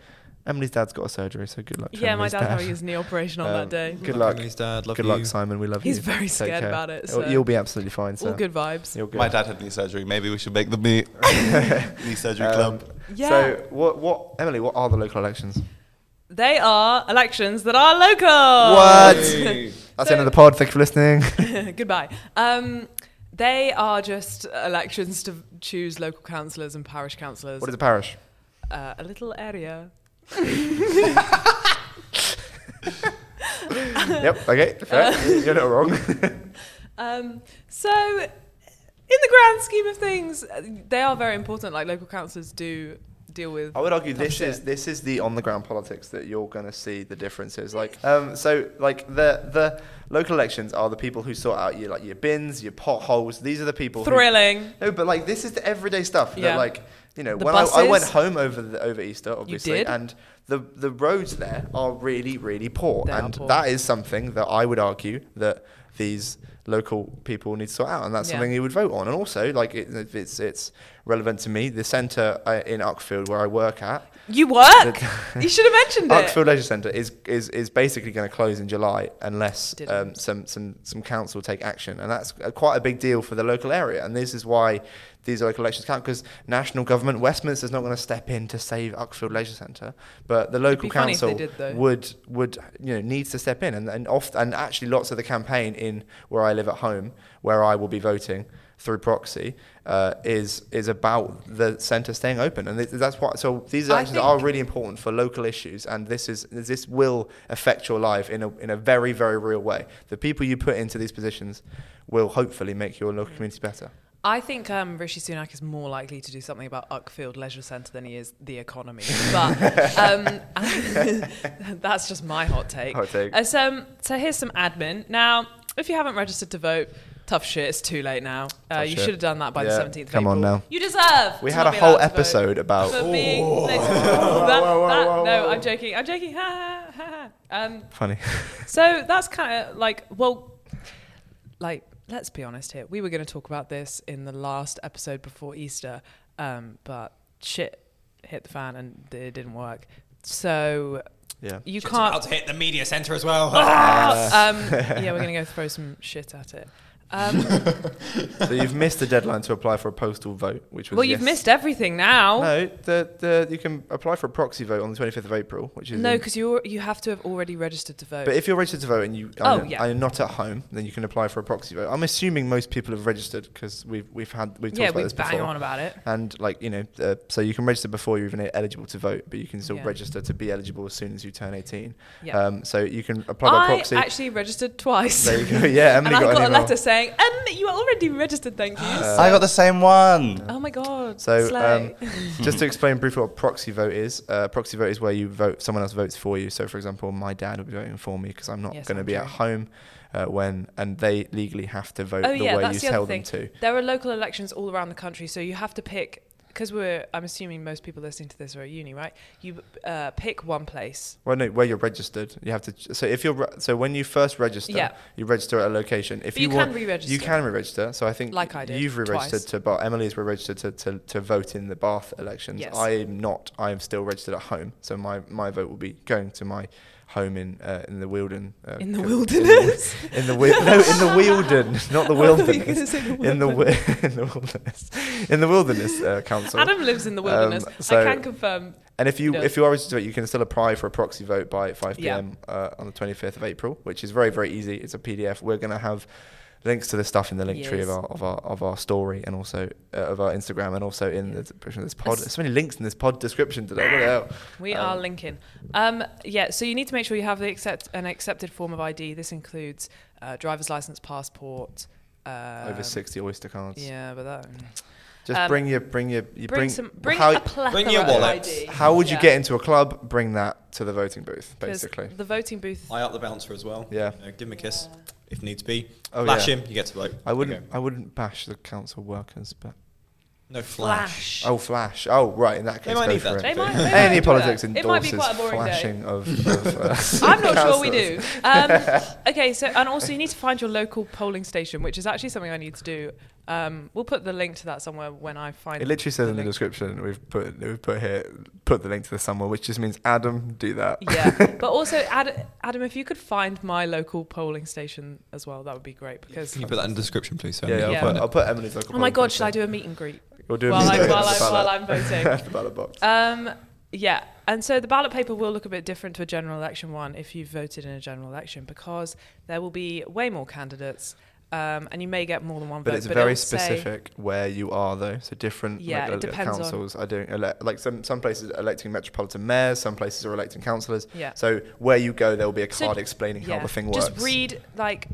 Speaker 11: Emily's dad's got a surgery, so good luck to
Speaker 12: Yeah, my
Speaker 11: Emily's
Speaker 12: dad's
Speaker 11: dad.
Speaker 12: having his knee operation on that day.
Speaker 11: Um, Good
Speaker 12: Love
Speaker 11: luck.
Speaker 12: Emily's dad, love
Speaker 11: good
Speaker 12: you.
Speaker 11: luck, Simon. We love
Speaker 12: He's
Speaker 11: you.
Speaker 12: very
Speaker 11: Take
Speaker 12: scared
Speaker 11: care.
Speaker 12: about it,
Speaker 11: You'll-
Speaker 12: so-
Speaker 11: You'll be absolutely fine, sir.
Speaker 12: All good vibes.
Speaker 11: You're good.
Speaker 7: My dad had knee surgery. Maybe we should make
Speaker 11: <laughs>
Speaker 7: the knee, knee
Speaker 11: Um,
Speaker 7: surgery club.
Speaker 12: Yeah.
Speaker 11: So, what, what, Emily? What are the local elections?
Speaker 12: They are elections that are local.
Speaker 11: What? That's the end of the pod. Thank you for <laughs> listening.
Speaker 12: <laughs> Goodbye. Um, they are just elections to choose local councillors and parish councillors.
Speaker 11: What is
Speaker 12: <laughs>
Speaker 11: a parish?
Speaker 12: Uh, a little area.
Speaker 11: yep. Okay. Fair.
Speaker 12: Uh,
Speaker 11: <laughs> You're not wrong.
Speaker 12: Um, so, in the grand scheme of things, uh, they are very important. Like local councillors do deal with.
Speaker 11: I would
Speaker 12: <laughs>
Speaker 11: argue this
Speaker 12: shit.
Speaker 11: is this is the on the ground politics that you're going to see the differences. Like, um, so like the the local elections are the people who sort out your like your bins, your potholes. These are the people. who-
Speaker 12: Thrilling.
Speaker 11: no, but like this is the everyday stuff.
Speaker 12: Yeah.
Speaker 11: That, like you know,
Speaker 12: The
Speaker 11: when I, I went
Speaker 12: buses.
Speaker 11: home over the, over Easter, obviously,
Speaker 12: did?
Speaker 11: and the the roads there are really really poor,
Speaker 12: They are
Speaker 11: and
Speaker 12: poor.
Speaker 11: that is something that I would argue that these local people need to sort out, and that's
Speaker 12: Yeah.
Speaker 11: something you would vote on. And also, like it, it's it's relevant to me. The centre uh, in Uckfield where I work at.
Speaker 12: You work.
Speaker 11: <laughs>
Speaker 12: <laughs> you should have mentioned it.
Speaker 11: Uckfield Leisure Centre is, is, is basically going to close in July unless um, some, some, some council take action. And that's uh, quite a big deal for the local area. And this is why these local elections count because national government, Westminster's not going to step in to save Uckfield Leisure Centre. But the local
Speaker 12: be funny if they
Speaker 11: council
Speaker 12: did, though.
Speaker 11: would, would, you know, needs to step in. And, and, oft, and actually, lots of the campaign in where I live at home, where I will be voting, through proxy uh, is is about the centre staying open, and th- that's why. So these
Speaker 12: I
Speaker 11: actions are
Speaker 12: think-
Speaker 11: really important for local issues, and this is this will affect your life in a in a very very real way. The people you put into these positions will hopefully make your local community better.
Speaker 12: I think um, Rishi Sunak is more likely to do something about Uckfield Leisure Centre than he is the
Speaker 11: <laughs>
Speaker 12: economy. But um, <laughs> that's just my hot take.
Speaker 11: Hot take.
Speaker 12: Uh, so, um, so here's some admin. Now, if you haven't registered to vote, tough shit. It's too late now. Uh,
Speaker 11: Tough
Speaker 12: you
Speaker 11: shit.
Speaker 12: should have done that by
Speaker 11: Yeah,
Speaker 12: the 17th. of
Speaker 11: come on
Speaker 12: April.
Speaker 11: now.
Speaker 12: You deserve.
Speaker 11: We
Speaker 12: to
Speaker 11: had
Speaker 12: not
Speaker 11: a
Speaker 12: be
Speaker 11: whole
Speaker 12: allowed to vote
Speaker 11: episode about-
Speaker 12: for being-
Speaker 11: Ooh.
Speaker 12: That- that- No, I'm joking. I'm joking. Ha, ha, ha, ha. Um,
Speaker 11: Funny.
Speaker 12: so that's kind of like, well, like, let's be honest here. We were going to talk about this in the last episode before Easter, um, but shit hit the fan and it didn't work. So
Speaker 11: Yeah.
Speaker 12: you can't.
Speaker 14: About to hit the media centre as well.
Speaker 12: Ah!
Speaker 11: <laughs>
Speaker 12: um, yeah, we're going to go throw some shit at it. Um,
Speaker 11: <laughs> so you've missed the deadline to apply for a postal vote, which was
Speaker 12: well, you've
Speaker 11: yes-
Speaker 12: missed everything now.
Speaker 11: No, the, the you can apply for a proxy vote on the 25th of April, which is
Speaker 12: No,
Speaker 11: in-
Speaker 12: because you you have to have already registered to vote.
Speaker 11: But if you're registered to vote and you
Speaker 12: Oh,
Speaker 11: are,
Speaker 12: yeah.
Speaker 11: are not at home, then you can apply for a proxy vote. I'm assuming most people have registered because we've we've had we've talked
Speaker 12: Yeah,
Speaker 11: about
Speaker 12: we
Speaker 11: this
Speaker 12: bang
Speaker 11: before.
Speaker 12: on about it.
Speaker 11: And like you know, uh, so you can register before you're even e-, eligible to vote, but you can still
Speaker 12: Yeah.
Speaker 11: register to be eligible as soon as you turn 18.
Speaker 12: Yeah.
Speaker 11: Um, so you can apply by
Speaker 12: I
Speaker 11: proxy.
Speaker 12: actually registered twice.
Speaker 11: There you go. Yeah, Emily
Speaker 12: and I
Speaker 11: got an
Speaker 12: got a
Speaker 11: email.
Speaker 12: letter saying, um, you are already registered, thank you.
Speaker 11: Uh,
Speaker 7: I got the same one.
Speaker 12: Oh my god.
Speaker 11: So, um,
Speaker 12: slay.
Speaker 11: <laughs> just to explain briefly what proxy vote is, uh, proxy vote is where you vote, someone else votes for you. So, for example, my dad will be voting for me because I'm not
Speaker 12: Yes,
Speaker 11: going to
Speaker 12: I'm
Speaker 11: be at
Speaker 12: sure.
Speaker 11: home uh, when, and they legally have to vote
Speaker 12: oh
Speaker 11: the
Speaker 12: yeah,
Speaker 11: way
Speaker 12: that's
Speaker 11: you
Speaker 12: the
Speaker 11: tell
Speaker 12: other thing.
Speaker 11: them to.
Speaker 12: There are local elections all around the country, so you have to pick because we're, I'm assuming most people listening to this are at uni, right? You uh, pick one place.
Speaker 11: Well, no, where you're registered, you have to. So if you're re- so when you first register,
Speaker 12: Yeah.
Speaker 11: you register at a location. If
Speaker 12: But you can
Speaker 11: want,
Speaker 12: re-register.
Speaker 11: you can re-register. So I think
Speaker 12: Like I did,
Speaker 11: you've re-registered
Speaker 12: twice.
Speaker 11: to Bath. Emily's re-registered to, to, to vote in the Bath elections.
Speaker 12: Yes.
Speaker 11: I'm not. I'm still registered at home. So my, my vote will be going to my home in uh, in the Wealden. Uh,
Speaker 12: In the
Speaker 11: co-
Speaker 12: wilderness?
Speaker 11: <laughs> In the, in the wi- no, in the Wealden, not
Speaker 12: <laughs>
Speaker 11: the
Speaker 12: I thought you were gonna
Speaker 11: wilderness.
Speaker 12: say the
Speaker 11: in the wi- <laughs> in the wilderness, in the wilderness uh, council.
Speaker 12: Adam lives in the wilderness.
Speaker 11: um,
Speaker 12: I can confirm
Speaker 11: And if
Speaker 12: he
Speaker 11: you
Speaker 12: does.
Speaker 11: if you are registered to vote, you can still apply for a proxy vote by 5
Speaker 12: Yeah.
Speaker 11: p.m. Uh, on the 25th of April, which is very very easy. It's a PDF. We're gonna have links to this stuff in the link tree of
Speaker 12: Yes.
Speaker 11: our of our of our story and also uh, of our Instagram and also in the description of this pod. There's so many links in this pod description today. What the hell?
Speaker 12: We
Speaker 11: Um,
Speaker 12: are linking. Um, yeah, so you need to make sure you have the accept an accepted form of ID. This includes uh, driver's license, passport. Um,
Speaker 11: over 60 Oyster cards.
Speaker 12: Yeah, but that.
Speaker 11: Just
Speaker 12: Um,
Speaker 11: bring your bring your you
Speaker 12: bring
Speaker 11: bring
Speaker 12: some- bring a plethora
Speaker 14: Bring your of wallet. ID.
Speaker 11: How would you
Speaker 12: Yeah.
Speaker 11: get into a club? Bring that to the voting booth,
Speaker 12: 'Cause
Speaker 11: basically.
Speaker 12: the voting booth.
Speaker 14: Eye out the bouncer as well.
Speaker 11: Yeah.
Speaker 14: You know, give him a kiss if needs be.
Speaker 11: Oh,
Speaker 14: Flash
Speaker 11: yeah.
Speaker 14: him, you get to vote.
Speaker 11: I wouldn't. I wouldn't bash the council workers, but
Speaker 14: No flash.
Speaker 11: Oh, flash. Oh, right. In that
Speaker 14: They
Speaker 11: case,
Speaker 14: might
Speaker 11: go
Speaker 14: need
Speaker 11: for
Speaker 14: that
Speaker 11: it.
Speaker 14: to They do. might-
Speaker 12: they might
Speaker 11: Any
Speaker 12: do
Speaker 11: politics
Speaker 12: that. It might be
Speaker 11: endorses
Speaker 12: quite a boring day.
Speaker 11: flashing of.
Speaker 12: <laughs>
Speaker 11: of
Speaker 12: <laughs>
Speaker 11: uh,
Speaker 12: I'm not sure we do.
Speaker 11: councillors.
Speaker 12: Um,
Speaker 11: <laughs>
Speaker 12: okay, so and also you need to find your local polling station, which is actually something I need to do. Um, we'll put the link to that somewhere when I find.
Speaker 11: It literally says in the description we've put we've put here put the link to the somewhere, which just means Adam do that.
Speaker 12: Yeah,
Speaker 11: <laughs>
Speaker 12: but also Ad, Adam, if you could find my local polling station as well, that would be great because
Speaker 14: Can you put that in the description, please? so
Speaker 11: Yeah, yeah,
Speaker 14: Emily can
Speaker 11: I'll, Put,
Speaker 14: find it?
Speaker 11: I'll put Emily's local.
Speaker 12: Oh my
Speaker 11: polling
Speaker 12: god,
Speaker 11: place
Speaker 12: should I
Speaker 11: there.
Speaker 12: do a meet and greet?
Speaker 11: We'll do a
Speaker 12: while,
Speaker 11: meet
Speaker 12: I,
Speaker 11: and greet
Speaker 12: while,
Speaker 11: at
Speaker 12: I,
Speaker 11: the ballot-
Speaker 12: while I'm
Speaker 11: <laughs>
Speaker 12: voting.
Speaker 11: at the ballot box.
Speaker 12: Um, yeah, and so the ballot paper will look a bit different to a general election one if you've voted in a general election because there will be way more candidates um, and you may get more than one
Speaker 11: But
Speaker 12: vote.
Speaker 11: it's very
Speaker 12: it'll say-
Speaker 11: specific where you are, though. So different
Speaker 12: Yeah,
Speaker 11: like,
Speaker 12: it
Speaker 11: ele-
Speaker 12: depends on-
Speaker 11: councils are doing ele- like some some places are electing metropolitan mayors, some places are electing councillors.
Speaker 12: Yeah.
Speaker 11: So where you go, there will be a
Speaker 12: So-
Speaker 11: card explaining
Speaker 12: yeah,
Speaker 11: how the thing works.
Speaker 12: Just read, like,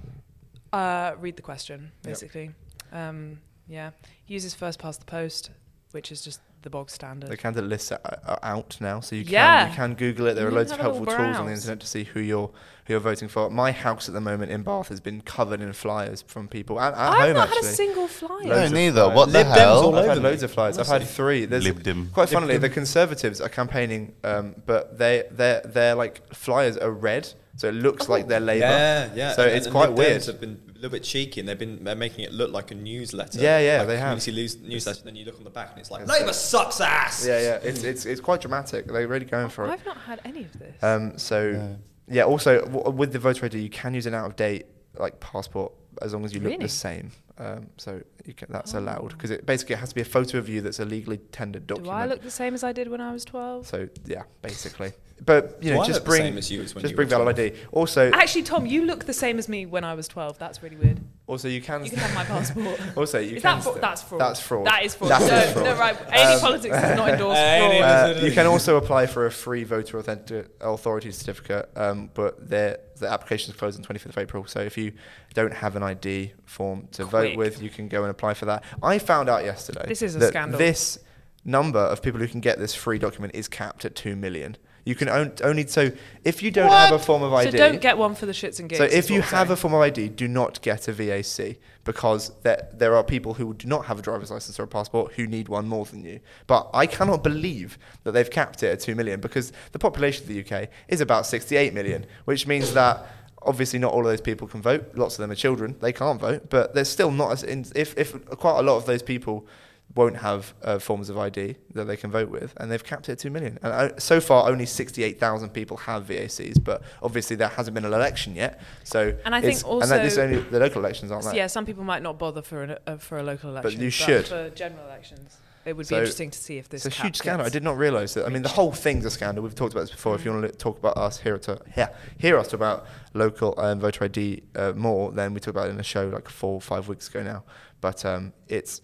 Speaker 12: uh, read the question,
Speaker 11: Yep.
Speaker 12: basically. Um, yeah, uses first past the post, which is just the bog standard.
Speaker 11: The candidate lists are, are out now, so you can
Speaker 12: Yeah.
Speaker 11: you can Google it. There are
Speaker 12: You
Speaker 11: loads of
Speaker 12: can have a
Speaker 11: helpful
Speaker 12: little
Speaker 11: tools on the
Speaker 12: browse.
Speaker 11: internet to see who you're who you're voting for. My house at the moment in Bath has been covered in flyers from people at, at
Speaker 12: I've
Speaker 11: home.
Speaker 12: not had a
Speaker 11: actually.
Speaker 12: single flyer.
Speaker 11: Loads
Speaker 7: No,
Speaker 11: of
Speaker 7: neither. What the
Speaker 11: Lib Dems
Speaker 7: hell?
Speaker 11: all I've had
Speaker 7: Honestly.
Speaker 11: loads of flyers. I've had three. There's
Speaker 7: Lib Dem.
Speaker 11: quite funnily, the Conservatives are campaigning, um, but they they their like flyers are red, so it looks
Speaker 12: Oh.
Speaker 11: like they're Labour.
Speaker 14: Yeah, yeah.
Speaker 11: So
Speaker 14: and-
Speaker 11: it's
Speaker 14: and
Speaker 11: quite
Speaker 14: Lib Dems
Speaker 11: weird.
Speaker 14: Have been a little bit cheeky, and they've been they're making it look like a newsletter.
Speaker 11: Yeah, yeah,
Speaker 14: like
Speaker 11: they
Speaker 14: a
Speaker 11: have.
Speaker 14: Community news, newsletter. And then you look on the back, and it's like
Speaker 11: It's-
Speaker 14: Labour sucks ass.
Speaker 11: Yeah, yeah. It's it's it's quite dramatic. They're really going for it.
Speaker 12: I've not had any of this.
Speaker 11: Um, so yeah. Also, w- with the voter ID, you can use an out of date like passport as long as you look
Speaker 12: Really? Oh.
Speaker 11: the same. Um, so you can, that's allowed because it basically it has to be a photo of you that's a legally tendered
Speaker 12: Do
Speaker 11: document.
Speaker 12: I look the same as I did when I was 12?
Speaker 11: so yeah, basically. But you
Speaker 14: Do
Speaker 11: know,
Speaker 14: I
Speaker 11: just
Speaker 14: look the
Speaker 11: bring
Speaker 14: same as you as when
Speaker 11: just
Speaker 14: you
Speaker 11: bring
Speaker 14: were
Speaker 11: valid
Speaker 14: 12?
Speaker 11: ID. Also,
Speaker 12: Actually, Tom, you look the same as me when I was 12. That's really weird.
Speaker 11: also you can
Speaker 12: You can have my passport.
Speaker 11: <laughs> also you
Speaker 12: Is
Speaker 11: can
Speaker 12: that fr-
Speaker 11: st-
Speaker 12: that's fraud.
Speaker 11: That's fraud.
Speaker 12: That is fraud.
Speaker 11: That
Speaker 12: no,
Speaker 11: is fraud.
Speaker 12: no, right. Any
Speaker 11: Um,
Speaker 12: politics is not
Speaker 11: <laughs>
Speaker 12: endorsed
Speaker 14: Any
Speaker 12: fraud.
Speaker 11: Uh,
Speaker 14: President.
Speaker 11: you can also apply for a free voter authentic authority certificate, um, but their- the application is closed on 25th of April. So if you don't have an ID form to
Speaker 12: Quick.
Speaker 11: vote with, you can go and apply for that. I found out yesterday.
Speaker 12: This is a
Speaker 11: that
Speaker 12: scandal.
Speaker 11: This number of people who can get this free document is capped at 2 million. You can on- only so if you don't have a form of ID.
Speaker 12: So don't get one for the shits and gigs.
Speaker 11: So
Speaker 12: is
Speaker 11: if
Speaker 12: what
Speaker 11: you
Speaker 12: I'm
Speaker 11: have
Speaker 12: saying.
Speaker 11: a form of ID, do not get a VAC because there, there are people who do not have a driver's license or a passport who need one more than you. But I cannot believe that they've capped it at 2 million because the population of the UK is about 68 million, which means that obviously not all of those people can vote. Lots of them are children. They can't vote. But there's still not as in, if, if quite a lot of those people won't have uh, forms of ID that they can vote with, and they've capped it at 2 million. And uh, so far, only 68,000 people have VACs, but obviously there hasn't been an election yet. So
Speaker 12: And I
Speaker 11: it's-
Speaker 12: think also-
Speaker 11: and that this only the local elections aren't that.
Speaker 12: yeah, some people might not bother for an, uh, for a local election,
Speaker 11: you should.
Speaker 12: for general elections. It would
Speaker 11: So
Speaker 12: be interesting to see if this.
Speaker 11: It's a
Speaker 12: cap
Speaker 11: huge scandal. I
Speaker 12: gets-
Speaker 11: did not realise that. I mean, the whole thing's a scandal. We've talked about this before. If you
Speaker 12: Mm-hmm.
Speaker 11: want to talk about us here, to yeah, hear us about local um, voter ID uh, more, then we talked about it in a show like four or five weeks ago now. But um, it's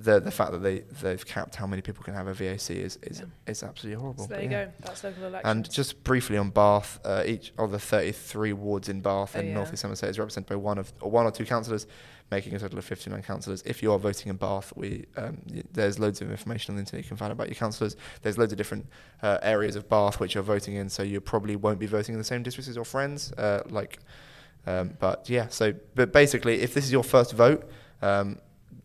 Speaker 11: the the fact that they they've capped how many people can have a VAC is is, is absolutely horrible.
Speaker 12: So
Speaker 11: But
Speaker 12: there you
Speaker 11: yeah.
Speaker 12: go. That's local elections.
Speaker 11: And just briefly on Bath, uh, each of the 33 wards in Bath
Speaker 12: Oh,
Speaker 11: and
Speaker 12: yeah.
Speaker 11: North East Somerset is represented by one of or one or two councillors, making a total of 59 councillors. If you are voting in Bath, we um, y- there's loads of information on the internet you can find about your councillors. There's loads of different uh, areas of Bath which you're voting in, so you probably won't be voting in the same districts as your friends. Uh, like, um, but yeah, so but basically, if this is your first vote. Um,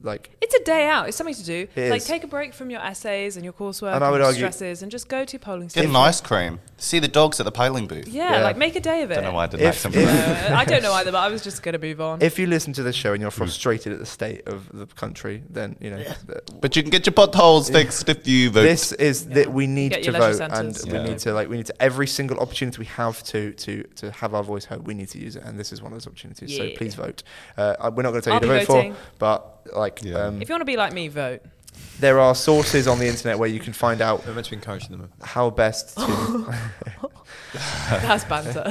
Speaker 11: like
Speaker 12: It's a day out. It's something to do.
Speaker 11: It
Speaker 12: like
Speaker 11: is.
Speaker 12: take a break from your essays and your coursework and,
Speaker 7: And I would argue-
Speaker 12: stresses, and just go to polling
Speaker 7: Get an
Speaker 12: station.
Speaker 7: ice cream. See the dogs at the polling booth.
Speaker 12: Yeah, like make a day of it.
Speaker 7: Don't know why I did that.
Speaker 11: If-
Speaker 7: accent.
Speaker 11: if-
Speaker 12: Uh, I don't know
Speaker 11: <laughs>
Speaker 12: either, but I was just gonna move on.
Speaker 11: If you listen to this show and you're frustrated at the state of the country, then you know. th-
Speaker 7: But you can get your potholes
Speaker 11: Yeah.
Speaker 7: fixed if you vote.
Speaker 11: This is that we need
Speaker 12: Get
Speaker 11: to
Speaker 12: your leisure
Speaker 11: vote, and
Speaker 12: centres.
Speaker 11: we
Speaker 7: Yeah.
Speaker 11: need to like we need to every single opportunity we have to to to have our voice heard. We need to use it, and this is one of those opportunities. So
Speaker 12: Yeah.
Speaker 11: please vote. Uh, I- we're not going to tell
Speaker 12: I'll
Speaker 11: you to
Speaker 12: be
Speaker 11: vote
Speaker 12: voting.
Speaker 11: for, but like um,
Speaker 12: if you want to be like me,
Speaker 11: <laughs>
Speaker 12: vote.
Speaker 11: there are sources on the internet where you can find out
Speaker 14: We're meant to be encouraging them.
Speaker 11: how best
Speaker 12: <laughs>
Speaker 11: to.
Speaker 12: That's
Speaker 11: <laughs>
Speaker 12: banter.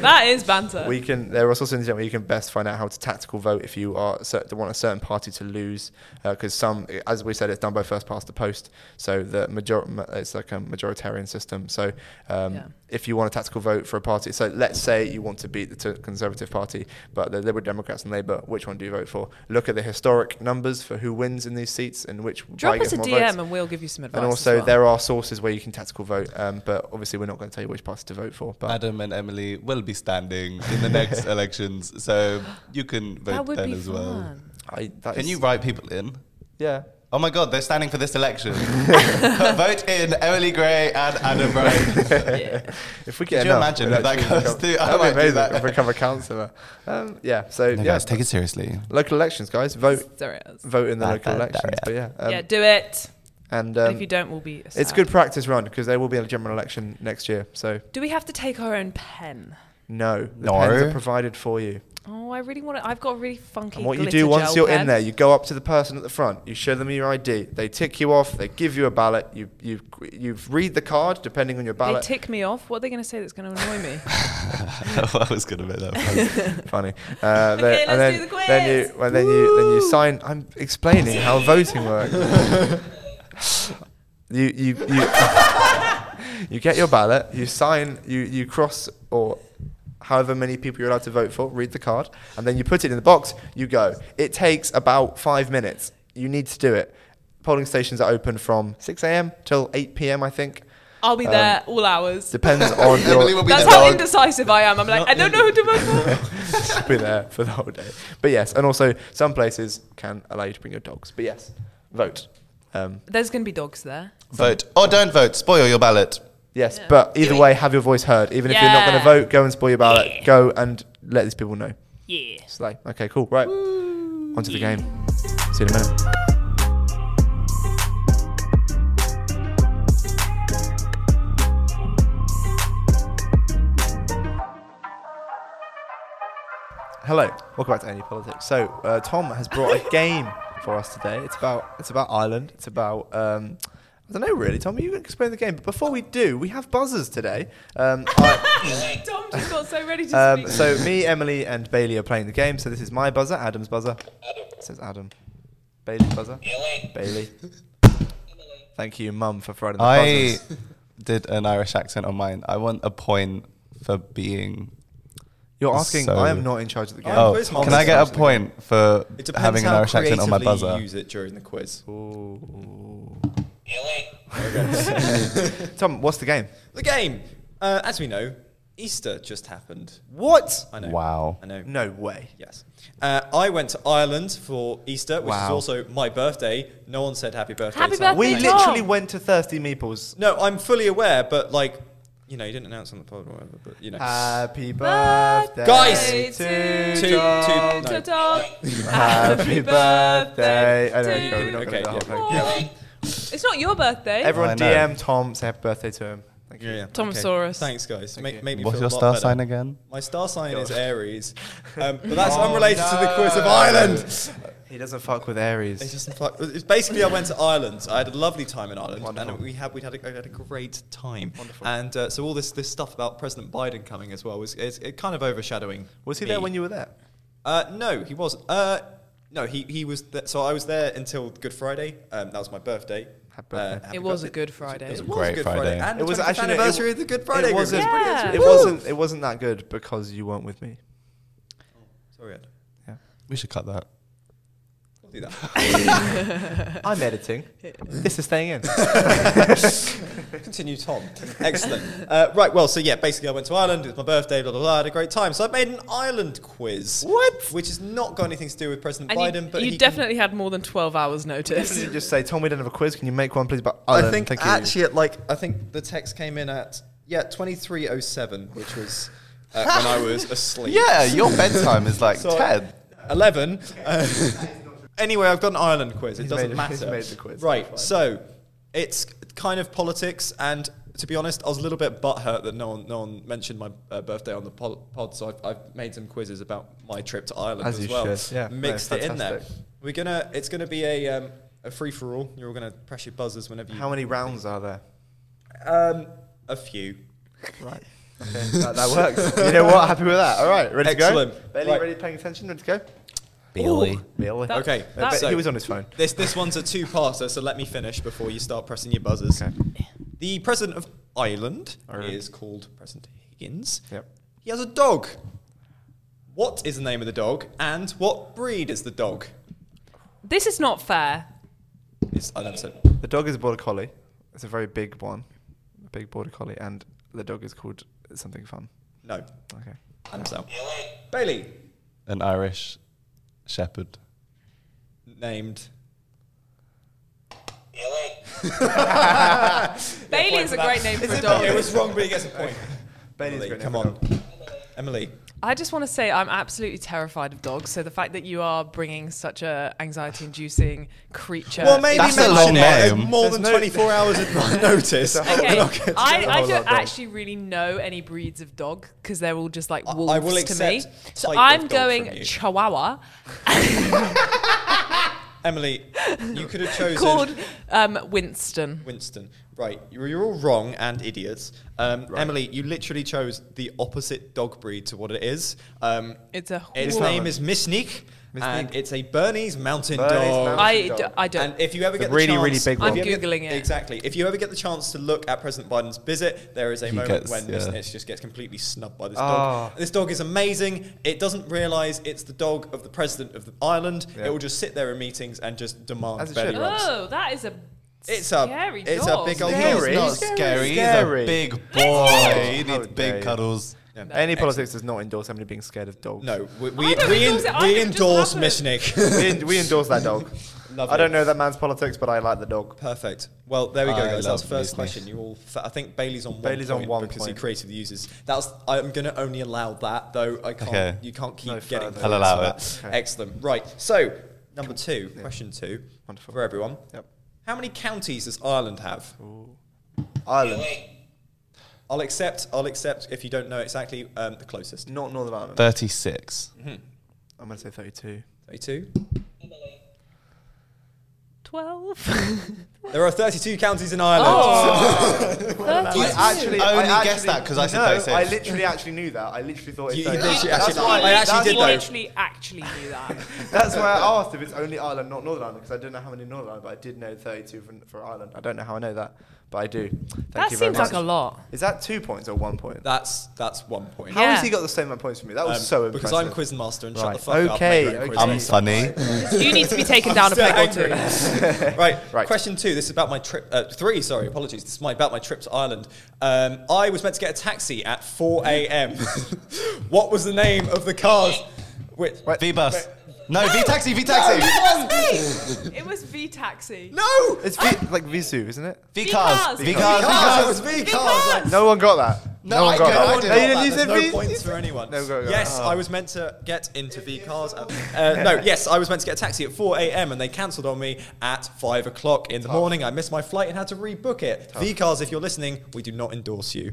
Speaker 12: that is banter.
Speaker 11: we can. There are also things where you can best find out how to tactical vote if you are cer- to want a certain party to lose, because some, as we said, it's done by first past the post. So the major, ma- it's like a majoritarian system. So um,
Speaker 12: Yeah.
Speaker 11: if you want a tactical vote for a party, so let's say you want to beat the t- Conservative Party, but the Liberal Democrats and Labour, which one do you vote for? Look at the historic numbers for who wins in these seats and which. party
Speaker 12: Drop us
Speaker 11: gets
Speaker 12: a
Speaker 11: more
Speaker 12: DM
Speaker 11: votes.
Speaker 12: and we'll give you some advice.
Speaker 11: And
Speaker 12: as
Speaker 11: also,
Speaker 12: well.
Speaker 11: there are sources where you can tactical vote, um, but obviously, we're not going to tell you which party to vote for. But
Speaker 7: Adam and Emily will be standing in
Speaker 11: <laughs>
Speaker 7: the next elections, so you can
Speaker 12: That
Speaker 7: vote
Speaker 12: would
Speaker 7: then
Speaker 12: be
Speaker 7: as well.
Speaker 12: fun.
Speaker 11: I, that
Speaker 7: Can
Speaker 11: is-
Speaker 7: you write people in?
Speaker 11: Yeah.
Speaker 7: Oh my God, they're standing for
Speaker 11: <laughs>
Speaker 7: this election. vote in Emily Gray and Adam
Speaker 11: <laughs>
Speaker 7: Ray.
Speaker 11: If we
Speaker 7: Could
Speaker 11: get
Speaker 7: you
Speaker 11: enough,
Speaker 7: imagine
Speaker 11: we'll
Speaker 7: if that
Speaker 11: actually
Speaker 7: goes
Speaker 11: become-
Speaker 7: through? I
Speaker 11: That'd be
Speaker 7: might do
Speaker 11: amazing
Speaker 7: that.
Speaker 11: if we become a councillor. Um, yeah. So
Speaker 7: No,
Speaker 11: yeah,
Speaker 7: guys, take it seriously.
Speaker 11: local elections, guys. Vote,
Speaker 12: Serious.
Speaker 11: vote in the
Speaker 7: Bah,
Speaker 11: local
Speaker 7: bah, bah,
Speaker 11: elections. But yeah, um,
Speaker 12: yeah, do it.
Speaker 11: and,
Speaker 12: And
Speaker 11: um,
Speaker 12: if you don't, we'll be.
Speaker 11: it's
Speaker 12: sad.
Speaker 11: good practice run because there will be a general election next year. So
Speaker 12: Do we have to take our own pen?
Speaker 11: no, the
Speaker 7: No.
Speaker 11: pens are provided for you.
Speaker 12: Oh, I really want to. I've got a really funky.
Speaker 11: And what you
Speaker 12: glitter
Speaker 11: do once
Speaker 12: gel
Speaker 11: you're
Speaker 12: pen.
Speaker 11: in there, you go up to the person at the front, you show them your ID, they tick you off, they give you a ballot, you you you read the card depending on your
Speaker 12: They
Speaker 11: ballot.
Speaker 12: tick me off. What are they going to say that's going to annoy
Speaker 11: <laughs>
Speaker 12: me?
Speaker 7: I was going to make that funny. <laughs>
Speaker 11: funny. Uh, <laughs>
Speaker 12: Okay,
Speaker 11: then-
Speaker 12: let's
Speaker 11: and then,
Speaker 12: do the
Speaker 11: Then you,
Speaker 12: quiz.
Speaker 11: well, then you, then you sign. I'm explaining how
Speaker 12: <laughs>
Speaker 11: voting works. you, you, you, <laughs> you get your ballot. You sign. You, you cross or however many people you're allowed to vote for. Read the card, and then you put it in the box. You go. It takes about five minutes. You need to do it. Polling stations are open from 6 a.m. till 8 p.m. I think.
Speaker 12: I'll be
Speaker 11: Um,
Speaker 12: there all hours.
Speaker 11: Depends on
Speaker 7: Emily
Speaker 11: your.
Speaker 7: will be
Speaker 12: That's
Speaker 7: the
Speaker 12: how
Speaker 7: dog.
Speaker 12: indecisive I am. I'm like, I don't know who to vote for.
Speaker 11: <laughs> be there for the whole day. But yes, and also some places can allow you to bring your dogs. But yes, vote. Um, <laughs>
Speaker 12: There's going to be dogs there.
Speaker 7: Vote or don't vote. Spoil your ballot.
Speaker 11: yes, but either way, have your voice heard. Even if you're not going
Speaker 12: Yeah.
Speaker 11: to vote, go and spoil your ballot. Go and let these people know.
Speaker 12: Yeah.
Speaker 11: It's like, okay, cool, right. On to the game. See you in a minute. Hello, welcome back to Any Politics. So uh, Tom has brought a game for us today. It's about it's about Ireland. It's about um, I don't know really. Tom, you can explain the game. But before we do, we have buzzers today. Um, I,
Speaker 12: Tom just got so ready to
Speaker 11: um,
Speaker 12: speak.
Speaker 11: so me, Emily, and Bailey are playing the game. So this is my buzzer, Adam's buzzer. It says Adam. Bailey's buzzer. Bailey. Thank you, Mum, for providing the
Speaker 7: I
Speaker 11: buzzers.
Speaker 7: <laughs> did an Irish accent on mine. I want a point for being.
Speaker 11: You're asking.
Speaker 7: So-
Speaker 11: I am not in charge of the game.
Speaker 7: Oh,
Speaker 14: suppose Tom
Speaker 7: can I
Speaker 14: is
Speaker 7: get a
Speaker 14: actually-
Speaker 7: point for
Speaker 14: It depends
Speaker 7: having an
Speaker 14: how
Speaker 7: Irish accent on my
Speaker 14: creatively you
Speaker 7: buzzer?
Speaker 14: use it during the quiz.
Speaker 11: Ooh.
Speaker 14: Okay.
Speaker 11: Tom, what's the game?
Speaker 14: the game. Uh, as we know, Easter just happened.
Speaker 11: What?
Speaker 14: I know.
Speaker 7: Wow.
Speaker 14: I know.
Speaker 11: No way.
Speaker 14: Yes. Uh, I went to Ireland for Easter, which
Speaker 11: Wow.
Speaker 14: is also my birthday. No one said happy birthday.
Speaker 12: Happy
Speaker 14: to me.
Speaker 12: birthday.
Speaker 11: We
Speaker 12: Tom.
Speaker 11: literally went to Thirsty Meeples.
Speaker 14: No, I'm fully aware, but like, you know, you didn't announce on the pod or whatever, but you know.
Speaker 11: Happy birthday,
Speaker 14: Guys!
Speaker 11: to
Speaker 14: To- to-
Speaker 11: Tom.
Speaker 14: no.
Speaker 12: To Tom.
Speaker 11: Happy birthday. I don't
Speaker 12: to
Speaker 11: know. We're not
Speaker 14: Okay,
Speaker 11: going to do the whole
Speaker 12: Tom.
Speaker 11: thing. Yeah.
Speaker 12: It's not your birthday.
Speaker 11: Everyone
Speaker 7: I know.
Speaker 11: DM Tom. Say happy birthday to him. Thank you.
Speaker 14: Yeah, yeah.
Speaker 12: Tomasaurus.
Speaker 14: Thanks, guys. Make,
Speaker 11: you.
Speaker 14: make me
Speaker 7: What's
Speaker 14: feel
Speaker 7: your
Speaker 14: a lot
Speaker 7: star
Speaker 14: better.
Speaker 7: sign again?
Speaker 14: My star sign is
Speaker 11: <laughs> God.
Speaker 14: Aries, um, but that's
Speaker 11: Oh,
Speaker 14: unrelated to the quiz of
Speaker 11: no. <laughs>
Speaker 14: Ireland.
Speaker 11: He doesn't fuck with
Speaker 14: It's
Speaker 11: Aries.
Speaker 14: just fuck. It's basically, I went to Ireland. I had a lovely time in Ireland,
Speaker 11: Wonderful.
Speaker 14: and we had we had a, I had a great time.
Speaker 11: Wonderful.
Speaker 14: And uh, so all this this stuff about President Biden coming as well was it's it kind of overshadowing.
Speaker 11: Was he
Speaker 14: me.
Speaker 11: there when you were there?
Speaker 14: Uh, no, he wasn't. Uh, no, he he was. Th- so I was there until Good Friday. Um, that was my birthday. Uh,
Speaker 11: Happy birthday.
Speaker 14: happy
Speaker 12: It was a
Speaker 14: birthday.
Speaker 12: Good Friday.
Speaker 14: It was,
Speaker 12: It
Speaker 14: a great Friday. And
Speaker 11: It was actually it
Speaker 14: anniversary
Speaker 11: w-
Speaker 14: of the Good Friday.
Speaker 11: It
Speaker 14: Agreement.
Speaker 11: wasn't.
Speaker 14: It's
Speaker 12: Yeah.
Speaker 14: pretty-
Speaker 11: It wasn't. It wasn't that good because you weren't with me.
Speaker 14: Sorry, Ed.
Speaker 7: We should cut that.
Speaker 11: I'll do that. I'm <laughs> editing. This is staying <laughs> in.
Speaker 14: <laughs>
Speaker 13: Continue, Tom. Excellent. Uh, right, well, so yeah, basically, I went to Ireland. It was my birthday, blah, blah, blah. I had a great time. So I made an Ireland quiz. What? Which has not got anything to do with President
Speaker 12: And
Speaker 13: Biden,
Speaker 12: you,
Speaker 13: but
Speaker 12: you
Speaker 13: he can-
Speaker 12: definitely had more than 12 hours notice.
Speaker 11: <laughs> Definitely just say, Tom, we don't have a quiz. Can you make one, please? But
Speaker 13: I think actually, at like, I think the text came in at, yeah, 2307, which was uh, when I
Speaker 14: <laughs>
Speaker 13: was asleep.
Speaker 7: Yeah, your bedtime is like
Speaker 13: So,
Speaker 7: 10.
Speaker 13: 11. Uh, <laughs> anyway, I've got an Ireland quiz. It
Speaker 11: He's
Speaker 13: doesn't
Speaker 11: made it-
Speaker 13: matter.
Speaker 11: he's made the quiz.
Speaker 13: Right. So it's kind of politics, and to be honest, I was a little bit butthurt that no one, no one mentioned my uh, birthday on the pol- pod. So I've, I've made some quizzes about my trip to Ireland
Speaker 11: As
Speaker 13: as,
Speaker 11: you
Speaker 13: well.
Speaker 11: should, yeah. No,
Speaker 13: Mixed it in there.
Speaker 11: fantastic.
Speaker 13: We're gonna. It's gonna be a um, a free for all. You're all gonna press your buzzers whenever you.
Speaker 11: How many rounds are there?
Speaker 13: Um, a few.
Speaker 11: Right. Okay, that, that works. <laughs> you know what? Happy with that. All right, ready to go?
Speaker 13: Excellent.
Speaker 11: Bailey,
Speaker 13: Right.
Speaker 11: ready paying attention? Ready to go?
Speaker 13: Billy.
Speaker 11: Ooh, Billy.
Speaker 13: okay,
Speaker 11: I bet
Speaker 13: so
Speaker 11: he was on his phone.
Speaker 13: This this one's a two-parter, so let me finish before you start pressing your buzzers. The president of Ireland,
Speaker 11: Ireland.
Speaker 13: is called President Higgins.
Speaker 11: Yep.
Speaker 13: He has a dog. What is the name of the dog, and what breed is the dog?
Speaker 12: This is not fair.
Speaker 13: It's I don't know.
Speaker 11: The dog is a border collie. It's a very big one, a big border collie, and the dog is called something fun.
Speaker 13: No,
Speaker 11: Okay.
Speaker 13: Adam's out. Bailey,
Speaker 7: An Irish shepherd.
Speaker 13: named.
Speaker 12: Bailey
Speaker 13: point
Speaker 12: is
Speaker 13: for
Speaker 12: a
Speaker 13: that.
Speaker 12: great name
Speaker 13: Is
Speaker 12: for a
Speaker 13: it-
Speaker 12: dog.
Speaker 13: It was wrong, but he gets a
Speaker 7: <laughs>
Speaker 13: point.
Speaker 11: Bailey's
Speaker 13: Emily,
Speaker 11: great
Speaker 13: come
Speaker 11: name for a
Speaker 13: on,
Speaker 7: Uh,
Speaker 13: Emily.
Speaker 12: I just want to say I'm absolutely terrified of dogs. So the fact that you are bringing such a anxiety-inducing creature.
Speaker 13: well, maybe
Speaker 7: That's a
Speaker 13: mention
Speaker 7: long
Speaker 13: it at
Speaker 7: name.
Speaker 13: more
Speaker 11: There's
Speaker 13: than
Speaker 11: no-
Speaker 13: 24 hours of <laughs> notice.
Speaker 12: Okay,
Speaker 13: Okay.
Speaker 12: I,
Speaker 11: That's a
Speaker 12: I
Speaker 11: whole lot
Speaker 12: don't
Speaker 11: of dogs.
Speaker 12: actually really know any breeds of dog because they're all just like
Speaker 13: I- I
Speaker 12: wolves
Speaker 13: will
Speaker 12: to me.
Speaker 13: accept
Speaker 12: So
Speaker 13: type of
Speaker 12: I'm
Speaker 13: dog from
Speaker 12: going
Speaker 13: you.
Speaker 12: Chihuahua,
Speaker 13: Emily, you could have chosen
Speaker 12: called um, Winston.
Speaker 13: Winston. Right, you're, you're all wrong and idiots. Um, Emily, you literally chose the opposite dog breed to what it is. Um,
Speaker 12: It's a
Speaker 13: its
Speaker 12: wolf.
Speaker 13: name is Misnik,
Speaker 11: Miss
Speaker 13: and
Speaker 11: Neek.
Speaker 13: it's a Bernese Mountain
Speaker 11: Bernese
Speaker 13: Dog.
Speaker 11: Mountain
Speaker 12: I,
Speaker 11: dog.
Speaker 12: d- I don't.
Speaker 13: And if you ever
Speaker 11: The
Speaker 13: get
Speaker 11: really,
Speaker 13: the chance,
Speaker 11: really big
Speaker 13: if
Speaker 11: one.
Speaker 13: you ever get-
Speaker 12: Googling it.
Speaker 13: Exactly. If you ever get the chance to look at President Biden's visit, there is a
Speaker 7: He
Speaker 13: moment
Speaker 7: gets-
Speaker 13: when Miss
Speaker 7: yeah.
Speaker 13: Nitz just gets completely snubbed by this
Speaker 11: Ah.
Speaker 13: dog. This dog is amazing. It doesn't realise it's the dog of the president of the island.
Speaker 11: Yeah.
Speaker 13: It will just sit there in meetings and just
Speaker 11: As
Speaker 13: demand
Speaker 11: it
Speaker 13: belly
Speaker 11: should.
Speaker 13: rubs.
Speaker 12: Oh, that is a
Speaker 13: It's a
Speaker 12: scary
Speaker 13: it's
Speaker 12: dog.
Speaker 13: a big old
Speaker 11: Scary.
Speaker 13: dog.
Speaker 11: It's
Speaker 7: Not
Speaker 11: He's
Speaker 7: scary.
Speaker 11: scary, scary.
Speaker 7: He's a big
Speaker 11: How
Speaker 7: boy. He
Speaker 11: dare
Speaker 7: needs
Speaker 11: you.
Speaker 7: big cuddles.
Speaker 11: Any politics does not endorse somebody being scared of dogs.
Speaker 13: No, we we,
Speaker 12: don't
Speaker 13: we,
Speaker 12: endorse
Speaker 13: en-
Speaker 12: it. I
Speaker 13: we
Speaker 12: think it
Speaker 13: endorse
Speaker 12: just
Speaker 13: Mishnik.
Speaker 11: we, en- we endorse
Speaker 13: <laughs>
Speaker 11: that dog.
Speaker 13: Lovely.
Speaker 11: I don't know that man's politics, but I like the
Speaker 13: <laughs>
Speaker 11: dog.
Speaker 13: Perfect. Well, there we go,
Speaker 7: I
Speaker 13: guys. That was
Speaker 7: love
Speaker 13: the first
Speaker 7: Mishnik.
Speaker 13: question. You all, fa- I think Bailey's on one
Speaker 11: Bailey's on
Speaker 13: point
Speaker 11: one
Speaker 13: because
Speaker 11: point.
Speaker 13: he creatively uses. That was. I'm going to only allow that though. I can't.
Speaker 7: Okay.
Speaker 13: You can't keep
Speaker 11: No
Speaker 13: getting.
Speaker 11: further.
Speaker 7: I'll allow
Speaker 13: points for
Speaker 11: it.
Speaker 13: that.
Speaker 11: Okay.
Speaker 13: Excellent. Right. So number two, question two,
Speaker 11: Wonderful.
Speaker 13: for everyone.
Speaker 11: Yep.
Speaker 13: How many counties does Ireland have?
Speaker 11: Ireland,
Speaker 13: I'll accept. I'll accept if you don't know exactly um, the closest.
Speaker 11: not Northern Ireland.
Speaker 7: 36.
Speaker 11: I'm going to say 32.
Speaker 13: Thirty-two.
Speaker 12: twelve.
Speaker 13: There are 32 counties in Ireland.
Speaker 11: I actually
Speaker 7: I only
Speaker 11: I
Speaker 7: guessed that 'cause I said
Speaker 11: no,
Speaker 7: 36.
Speaker 11: I literally actually knew that. I literally thought
Speaker 13: You-
Speaker 11: it's
Speaker 13: you
Speaker 11: 32.
Speaker 13: literally
Speaker 11: That's
Speaker 13: actually-
Speaker 11: why-
Speaker 13: I actually
Speaker 11: that's
Speaker 13: did
Speaker 12: You
Speaker 11: why-
Speaker 13: though.
Speaker 12: literally actually knew that.
Speaker 13: <laughs>
Speaker 11: That's why I asked if it's only Ireland, not Northern Ireland, because I didn't know how many Northern Ireland, but I did know 32 for, for Ireland. I don't know how I know that, but I do. Thank
Speaker 12: that
Speaker 11: you very
Speaker 12: seems
Speaker 11: much.
Speaker 12: like a lot.
Speaker 11: Is that two points or one point?
Speaker 13: That's that's one point.
Speaker 11: How has
Speaker 12: Yeah.
Speaker 11: he got the same amount of points for me? That was
Speaker 13: Um,
Speaker 11: so impressive.
Speaker 13: Because I'm quiz master and shut
Speaker 11: Right.
Speaker 13: the fuck up.
Speaker 11: Okay,
Speaker 13: make your own quiz
Speaker 11: okay. <laughs>
Speaker 7: I'm
Speaker 13: master.
Speaker 7: funny.
Speaker 12: You need to be taken down a
Speaker 13: Still
Speaker 12: peg or two.
Speaker 13: angry. right.
Speaker 11: Right.
Speaker 13: Question two. This is about my trip. Uh, three. Sorry. Apologies. This is my about my trip to Ireland. Um, I was meant to get a taxi at 4
Speaker 11: <laughs>
Speaker 13: a.m. what was the name of the cars? Which,
Speaker 7: V bus. No, V taxi, V
Speaker 13: No,
Speaker 7: taxi.
Speaker 12: It was V taxi.
Speaker 13: no.
Speaker 11: It's v, like Visu, isn't it?
Speaker 7: V
Speaker 12: V
Speaker 7: cars.
Speaker 12: cars.
Speaker 7: V
Speaker 12: V
Speaker 13: Cars.
Speaker 7: cars.
Speaker 13: It was V cars. Like,
Speaker 11: No one got that. No, one
Speaker 7: I
Speaker 11: got
Speaker 7: did,
Speaker 11: that.
Speaker 7: I
Speaker 13: Oh,
Speaker 11: No,
Speaker 7: did.
Speaker 11: you didn't. You said
Speaker 13: There's
Speaker 11: V.
Speaker 13: no points for anyone.
Speaker 11: No, go, go.
Speaker 13: Yes,
Speaker 11: Oh.
Speaker 13: I was meant to get into V cars. At, uh,
Speaker 11: <laughs>
Speaker 13: no, yes, I was meant to get a taxi at 4 a.m. and they cancelled on me at 5 o'clock in the morning. I missed my flight and had to rebook it. V cars, if you're listening, we do not endorse you.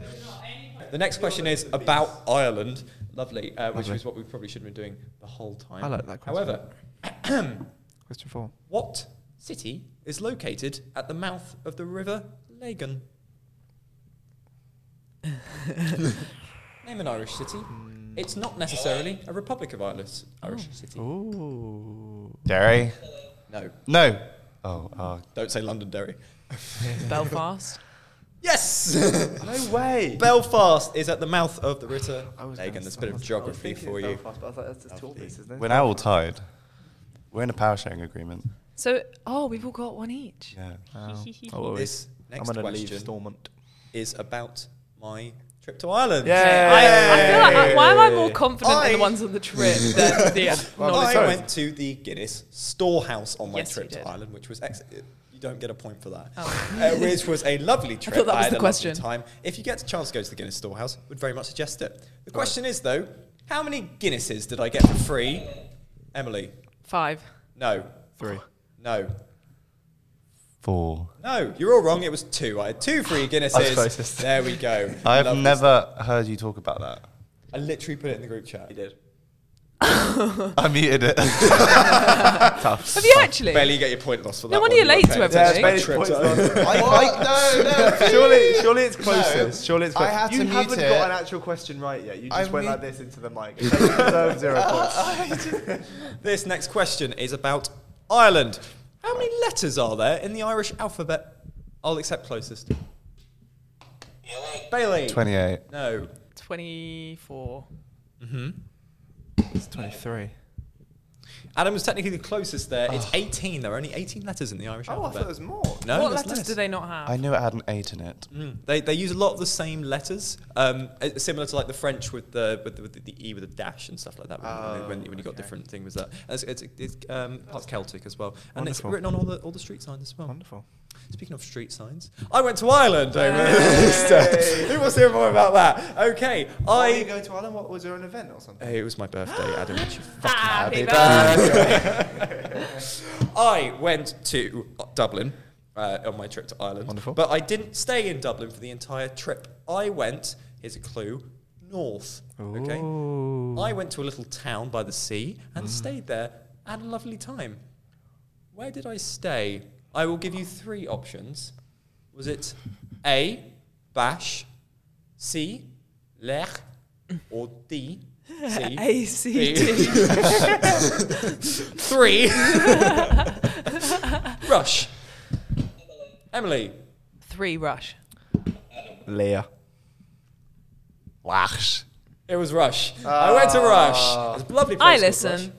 Speaker 13: The next question is about Ireland. Lovely, uh, which is what we probably should have been doing the whole time.
Speaker 11: I like that question.
Speaker 13: However,
Speaker 11: Question four.
Speaker 13: what city is located at the mouth of the River
Speaker 11: <laughs>
Speaker 13: Lagan? Name an Irish city. It's not necessarily a Republic of Ireland.
Speaker 11: Oh.
Speaker 13: Irish city.
Speaker 11: Ooh.
Speaker 7: Derry.
Speaker 13: No,
Speaker 7: No. Oh, oh.
Speaker 13: don't say Londonderry.
Speaker 12: Belfast.
Speaker 13: Yes, <laughs>
Speaker 11: No way.
Speaker 13: Belfast is at the mouth of the River
Speaker 11: I was
Speaker 13: Lagan.
Speaker 11: gonna
Speaker 13: There's a
Speaker 11: say-
Speaker 13: bit
Speaker 11: I
Speaker 13: of
Speaker 11: was
Speaker 13: geography
Speaker 11: thinking
Speaker 13: for you.
Speaker 11: Belfast, but I was like, that's just too obvious, isn't it?
Speaker 7: We're now all tied. We're in a power sharing agreement.
Speaker 12: So, oh, we've all got one each.
Speaker 7: Yeah.
Speaker 12: Wow.
Speaker 11: This
Speaker 13: next
Speaker 11: I'm gonna leave
Speaker 13: question
Speaker 11: Stormont.
Speaker 13: is about my trip to Ireland.
Speaker 12: Yeah. I, I feel like, I- why am I more confident in the ones on the trip
Speaker 13: <laughs>
Speaker 12: than the
Speaker 13: Well,
Speaker 12: non-
Speaker 13: I went to the Guinness storehouse on my
Speaker 12: Yes,
Speaker 13: trip
Speaker 12: you did.
Speaker 13: to Ireland, which was ex- you don't get a point for that,
Speaker 12: Oh.
Speaker 13: Uh, which was a lovely
Speaker 12: I
Speaker 13: trip.
Speaker 12: thought that was
Speaker 13: had a
Speaker 12: the
Speaker 13: lovely
Speaker 12: question.
Speaker 13: time. If you get a chance to go to the Guinness storehouse, would very much suggest it. The question is though, how many Guinnesses did I get for free, Emily?
Speaker 12: Five.
Speaker 13: No. Three. No.
Speaker 7: Four.
Speaker 13: No, you're all wrong. It was two. I had two free Guinnesses.
Speaker 7: closest.
Speaker 13: There we go.
Speaker 7: I've
Speaker 13: Lovely
Speaker 7: never heard you talk about that.
Speaker 13: I literally put it in the group chat. You did.
Speaker 7: <laughs> I muted it. Tough.
Speaker 12: Have you actually?
Speaker 13: Barely get your point lost for that.
Speaker 12: No wonder you're
Speaker 13: one.
Speaker 12: late to
Speaker 13: Okay.
Speaker 12: everything.
Speaker 13: Yeah, it's Bailey's points lost.
Speaker 7: <laughs>
Speaker 11: surely, <laughs> surely it's closest. surely it's
Speaker 7: I
Speaker 11: closest.
Speaker 7: had to
Speaker 11: you
Speaker 7: mute
Speaker 11: haven't
Speaker 7: it.
Speaker 11: got an actual question right yet. You
Speaker 7: I
Speaker 11: just went
Speaker 7: mute-
Speaker 11: like this into the <laughs> mic. So you deserve zero <laughs> points.
Speaker 13: <laughs> This next question is about Ireland. How many letters are there in the Irish alphabet? I'll accept closest. Bailey.
Speaker 7: 28.
Speaker 13: No.
Speaker 12: 24.
Speaker 13: Mm-hmm.
Speaker 11: It's 23.
Speaker 13: Adam was technically the closest there. It's 18. There are only 18 letters in the Irish
Speaker 11: Oh, I
Speaker 13: alphabet.
Speaker 11: thought it was more.
Speaker 13: No,
Speaker 12: what
Speaker 13: there's
Speaker 12: letters
Speaker 13: less.
Speaker 12: do they not have?
Speaker 7: I knew it had an eight in it.
Speaker 13: Mm. They, they use a lot of the same letters, um, uh, similar to like the French with the with the, with the, e with a dash and stuff like that. When,
Speaker 11: Oh,
Speaker 13: when, when you got
Speaker 11: okay.
Speaker 13: different thing was that And it's it's, it's um, part Celtic as well, and
Speaker 11: Wonderful.
Speaker 13: it's written on all the all the street signs as well.
Speaker 11: Wonderful.
Speaker 13: Speaking of street signs, I went to Ireland over Easter. <laughs> Who wants to hear more about that? Okay,
Speaker 11: Why did you
Speaker 13: I.
Speaker 11: go to Ireland? What, was there an event or something?
Speaker 13: Hey, it was my birthday,
Speaker 11: <gasps>
Speaker 13: Adam. you fucking
Speaker 12: Happy
Speaker 13: ass. I went to Dublin uh, on my trip to Ireland.
Speaker 11: Wonderful.
Speaker 13: But I didn't stay in Dublin for the entire trip. I went, here's a clue, north. Okay. I went to a little town by the sea and stayed there, had a lovely time. Where did I stay? I will give you three options. Was it A, Bash, C, Lech, or D, C?
Speaker 12: A, C,
Speaker 13: B? Three. Rush. Emily.
Speaker 12: Three rush.
Speaker 11: Leah.
Speaker 7: Lash.
Speaker 13: It was Rush. I went to
Speaker 7: Ah.
Speaker 13: Rush. It's a lovely place.
Speaker 12: I
Speaker 13: called
Speaker 12: listen.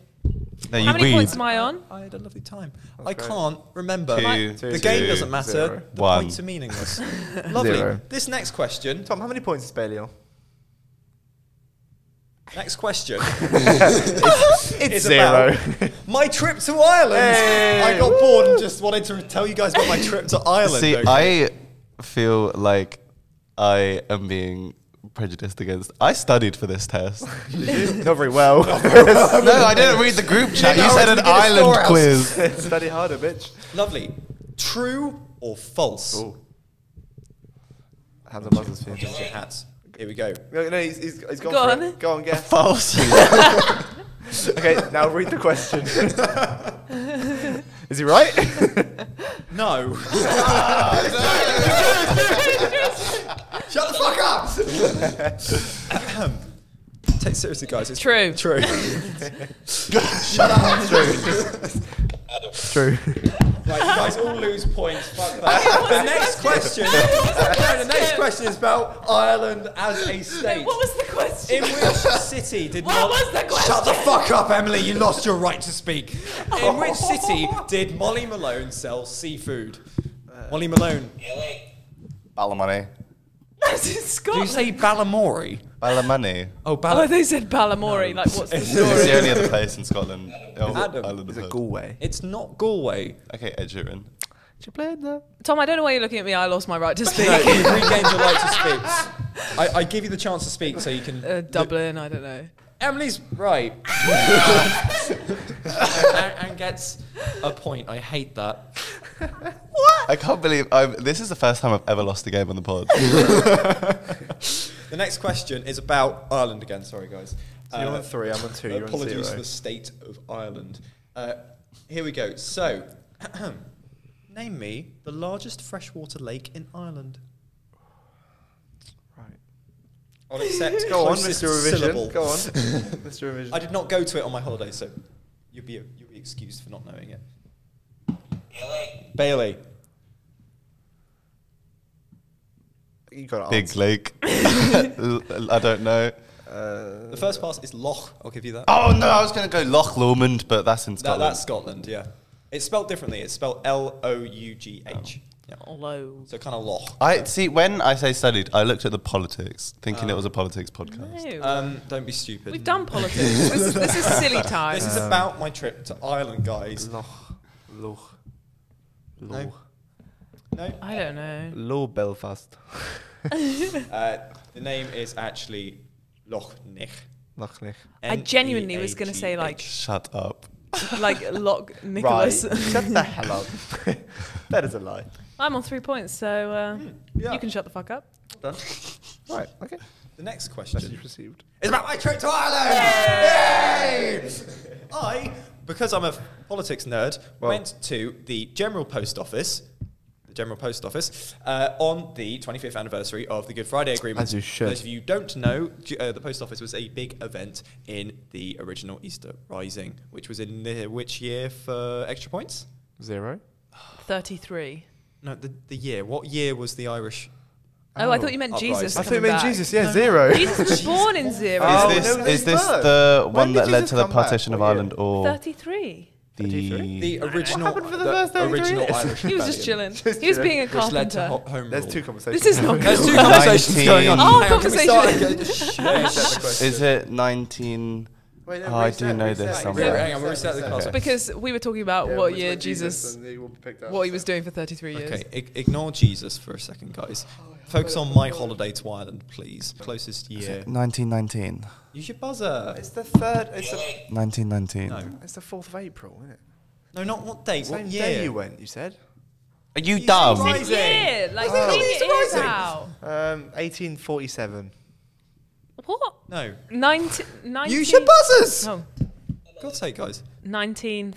Speaker 7: No, you
Speaker 12: How many
Speaker 7: read.
Speaker 12: points am I <laughs> on?
Speaker 13: Rush. I had a lovely time.
Speaker 11: That's
Speaker 13: I
Speaker 11: great.
Speaker 13: can't remember.
Speaker 7: Two,
Speaker 13: My-
Speaker 7: two,
Speaker 13: the game
Speaker 7: two,
Speaker 13: doesn't matter.
Speaker 11: zero.
Speaker 13: The
Speaker 7: One.
Speaker 13: points are meaningless. lovely.
Speaker 11: Zero.
Speaker 13: This next question.
Speaker 11: Tom, how many points is Bailey on?
Speaker 13: Next
Speaker 7: <laughs>
Speaker 13: question.
Speaker 11: It's <laughs>
Speaker 13: about my trip to Ireland. I got bored and just wanted to tell you guys about my trip to Ireland.
Speaker 7: See,
Speaker 13: okay?
Speaker 7: I feel like I am being prejudiced against. I studied for this test.
Speaker 11: <laughs> Not very well.
Speaker 7: no, I didn't read the group chat. You
Speaker 13: No,
Speaker 7: said
Speaker 13: it's
Speaker 7: an
Speaker 13: the Guinness
Speaker 7: island
Speaker 13: Storehouse.
Speaker 7: quiz.
Speaker 11: <laughs> <laughs> Study harder, <laughs> bitch.
Speaker 13: Lovely. True or false?
Speaker 11: Oh. How's the buzzers feel?
Speaker 13: Get your hats. Here we go.
Speaker 11: No, no, he's, he's, he's gone
Speaker 12: Go
Speaker 11: for
Speaker 12: on.
Speaker 11: it. Go on, guess.
Speaker 7: False.
Speaker 11: okay, now read the question. Is he right?
Speaker 13: No. <laughs> Shut the fuck up! <laughs> Take it seriously, guys. It's
Speaker 12: True.
Speaker 13: True.
Speaker 11: True.
Speaker 13: Right, you guys all lose points. Fuck that. the
Speaker 12: <laughs>
Speaker 13: next question. <laughs> no, the next question is about Ireland as a state.
Speaker 12: What was the question?
Speaker 13: In which
Speaker 12: <laughs>
Speaker 13: city did
Speaker 12: What
Speaker 13: Mon-
Speaker 12: was the question?
Speaker 13: Shut the fuck up, Emily. You lost your right to speak.
Speaker 12: <laughs>
Speaker 13: In which city did Molly Malone sell seafood? Molly Malone.
Speaker 7: Balamani.
Speaker 12: That's in
Speaker 13: Do you
Speaker 12: Scotland.
Speaker 13: say Balamori?
Speaker 7: Balamani.
Speaker 13: Oh,
Speaker 12: <laughs> Oh,
Speaker 13: Bal-
Speaker 12: they said Balamori. Like,
Speaker 13: <laughs>
Speaker 12: what's the story?
Speaker 7: It's the only other place in Scotland. Oh,
Speaker 13: Adam,
Speaker 7: Ireland
Speaker 11: Is
Speaker 7: I've
Speaker 11: it
Speaker 7: heard.
Speaker 11: Galway?
Speaker 13: It's not Galway.
Speaker 7: Okay, Ed Sheeran.
Speaker 11: Did you play that?
Speaker 12: Tom, I don't know why you're looking at me. I lost my right to speak.
Speaker 13: <laughs> No, you've regained your right to speak. I, I give you the chance to speak so you can.
Speaker 12: <laughs> Uh, Dublin, I don't know.
Speaker 13: Emily's <laughs> right. and, and gets a point. I hate that.
Speaker 7: I can't believe I'm, this is the first time I've ever lost a game on
Speaker 11: <laughs>
Speaker 7: the pod.
Speaker 13: The next question is about Ireland again. Sorry, guys. Uh,
Speaker 11: So you're on three, I'm on two, you're on
Speaker 13: apologies
Speaker 11: zero.
Speaker 13: for the state of Ireland. Uh, here we go. So, <clears throat> name me the largest freshwater lake in Ireland.
Speaker 11: Right.
Speaker 13: I'll accept
Speaker 11: Go on,
Speaker 13: closest
Speaker 11: Mr. Revision.
Speaker 13: syllable.
Speaker 11: Go
Speaker 13: <laughs>
Speaker 11: on, Mr. Revision.
Speaker 13: I did not go to it on my holiday, so you'll be you'll be excused for not knowing it. Bailey.
Speaker 11: You got to
Speaker 7: Big Lake. <laughs> L- I don't know.
Speaker 11: the
Speaker 13: first pass is Loch. I'll give you that.
Speaker 7: Oh no, I was going to go Loch Lomond, but that's in
Speaker 13: No,
Speaker 7: Scotland.
Speaker 13: that's Scotland. Yeah, it's spelled differently. It's spelled L O U G H. Yeah.
Speaker 12: Low.
Speaker 13: So kind of Loch.
Speaker 7: I see. When I say studied, I looked at the politics, thinking
Speaker 13: Oh.
Speaker 7: it was a politics podcast.
Speaker 12: No.
Speaker 13: Um, don't be stupid.
Speaker 12: We've done politics. This is- this is silly time.
Speaker 13: <laughs> This is
Speaker 12: Um,
Speaker 13: about my trip to Ireland, guys. Loch,
Speaker 11: Loch,
Speaker 13: No.
Speaker 12: I don't know.
Speaker 13: <laughs>
Speaker 11: Low Belfast.
Speaker 13: uh, the name is actually Loch Nich.
Speaker 11: Loch Nich.
Speaker 12: I genuinely was going to say like
Speaker 7: Shut up.
Speaker 12: like Loch Nicholas. <laughs>
Speaker 11: Shut the hell
Speaker 13: <laughs>
Speaker 11: up. that is a lie.
Speaker 12: I'm on three points, so uh,
Speaker 13: Hmm.
Speaker 12: you can shut the fuck up.
Speaker 11: Done. right. Okay.
Speaker 13: The next question
Speaker 11: received.
Speaker 13: is about my trip to Ireland.
Speaker 11: Yay!
Speaker 13: Yay! I, because I'm a f- politics nerd, went to the General Post Office. The General Post Office uh, on the 25th anniversary of the Good Friday Agreement.
Speaker 11: As you should.
Speaker 13: For Those of you who don't know, G- uh, the Post Office was a big event in the original Easter Rising, which was in the, which year for extra points?
Speaker 11: Zero.
Speaker 12: Thirty-three.
Speaker 13: No, the, the year. What year was the Irish?
Speaker 12: Oh, I thought you meant
Speaker 13: uprising?
Speaker 12: Jesus.
Speaker 11: I thought you
Speaker 12: coming
Speaker 11: meant
Speaker 12: back.
Speaker 11: Jesus, yeah, zero.
Speaker 12: Jesus was born in zero.
Speaker 11: Oh,
Speaker 7: is this
Speaker 11: no,
Speaker 7: is
Speaker 11: he's
Speaker 7: this
Speaker 11: not.
Speaker 7: the
Speaker 11: When
Speaker 7: one
Speaker 11: did
Speaker 7: that led
Speaker 11: Jesus
Speaker 7: to the
Speaker 11: come back?
Speaker 7: partition of
Speaker 11: What year?
Speaker 7: Ireland, or
Speaker 12: Thirty-three.
Speaker 7: the
Speaker 13: The original.
Speaker 11: happened for the first 33
Speaker 13: original
Speaker 11: years?
Speaker 13: Irish
Speaker 12: He was
Speaker 11: <laughs>
Speaker 12: just
Speaker 13: rebellion,
Speaker 12: chilling. He was being a
Speaker 13: Which led to
Speaker 12: carpenter.
Speaker 13: ho- home
Speaker 11: <laughs> There's
Speaker 13: rule.
Speaker 11: two conversations.
Speaker 12: This is
Speaker 11: <laughs>
Speaker 12: not.
Speaker 13: There's two <laughs>
Speaker 12: cool.
Speaker 13: conversations going on.
Speaker 12: Oh,
Speaker 13: Hang on, can we start
Speaker 12: conversation. <laughs>
Speaker 13: again? Shh.
Speaker 7: is it 19?
Speaker 11: Wait, no,
Speaker 7: oh, I do
Speaker 11: reset,
Speaker 7: know
Speaker 11: reset,
Speaker 7: this
Speaker 13: Wait,
Speaker 7: somewhere.
Speaker 13: hang on, we'll reset the class.
Speaker 12: Because we were talking about
Speaker 11: Yeah,
Speaker 12: what
Speaker 11: which
Speaker 12: year
Speaker 11: was Jesus
Speaker 12: Jesus,
Speaker 11: and he will be picked up,
Speaker 12: what he
Speaker 11: so.
Speaker 12: was doing for 33 years.
Speaker 13: Okay, ig- ignore Jesus for a second, guys. Focus on my holiday to Ireland, please. Closest year.
Speaker 7: 1919.
Speaker 13: Use your buzzer.
Speaker 11: It's the third. It's the.
Speaker 7: 1919.
Speaker 13: No,
Speaker 11: It's the fourth of April, isn't it?
Speaker 13: no, not what date.
Speaker 11: Same
Speaker 13: What
Speaker 11: day you
Speaker 13: year?
Speaker 11: went. You said.
Speaker 7: Are you dumb?
Speaker 12: He said year, like
Speaker 11: Oh.
Speaker 12: clean
Speaker 11: It's
Speaker 12: it is out.
Speaker 11: Um, 1847.
Speaker 12: What?
Speaker 13: No.
Speaker 12: 19, 19
Speaker 11: Use your buzzers!
Speaker 12: Oh,
Speaker 13: God's sake, guys.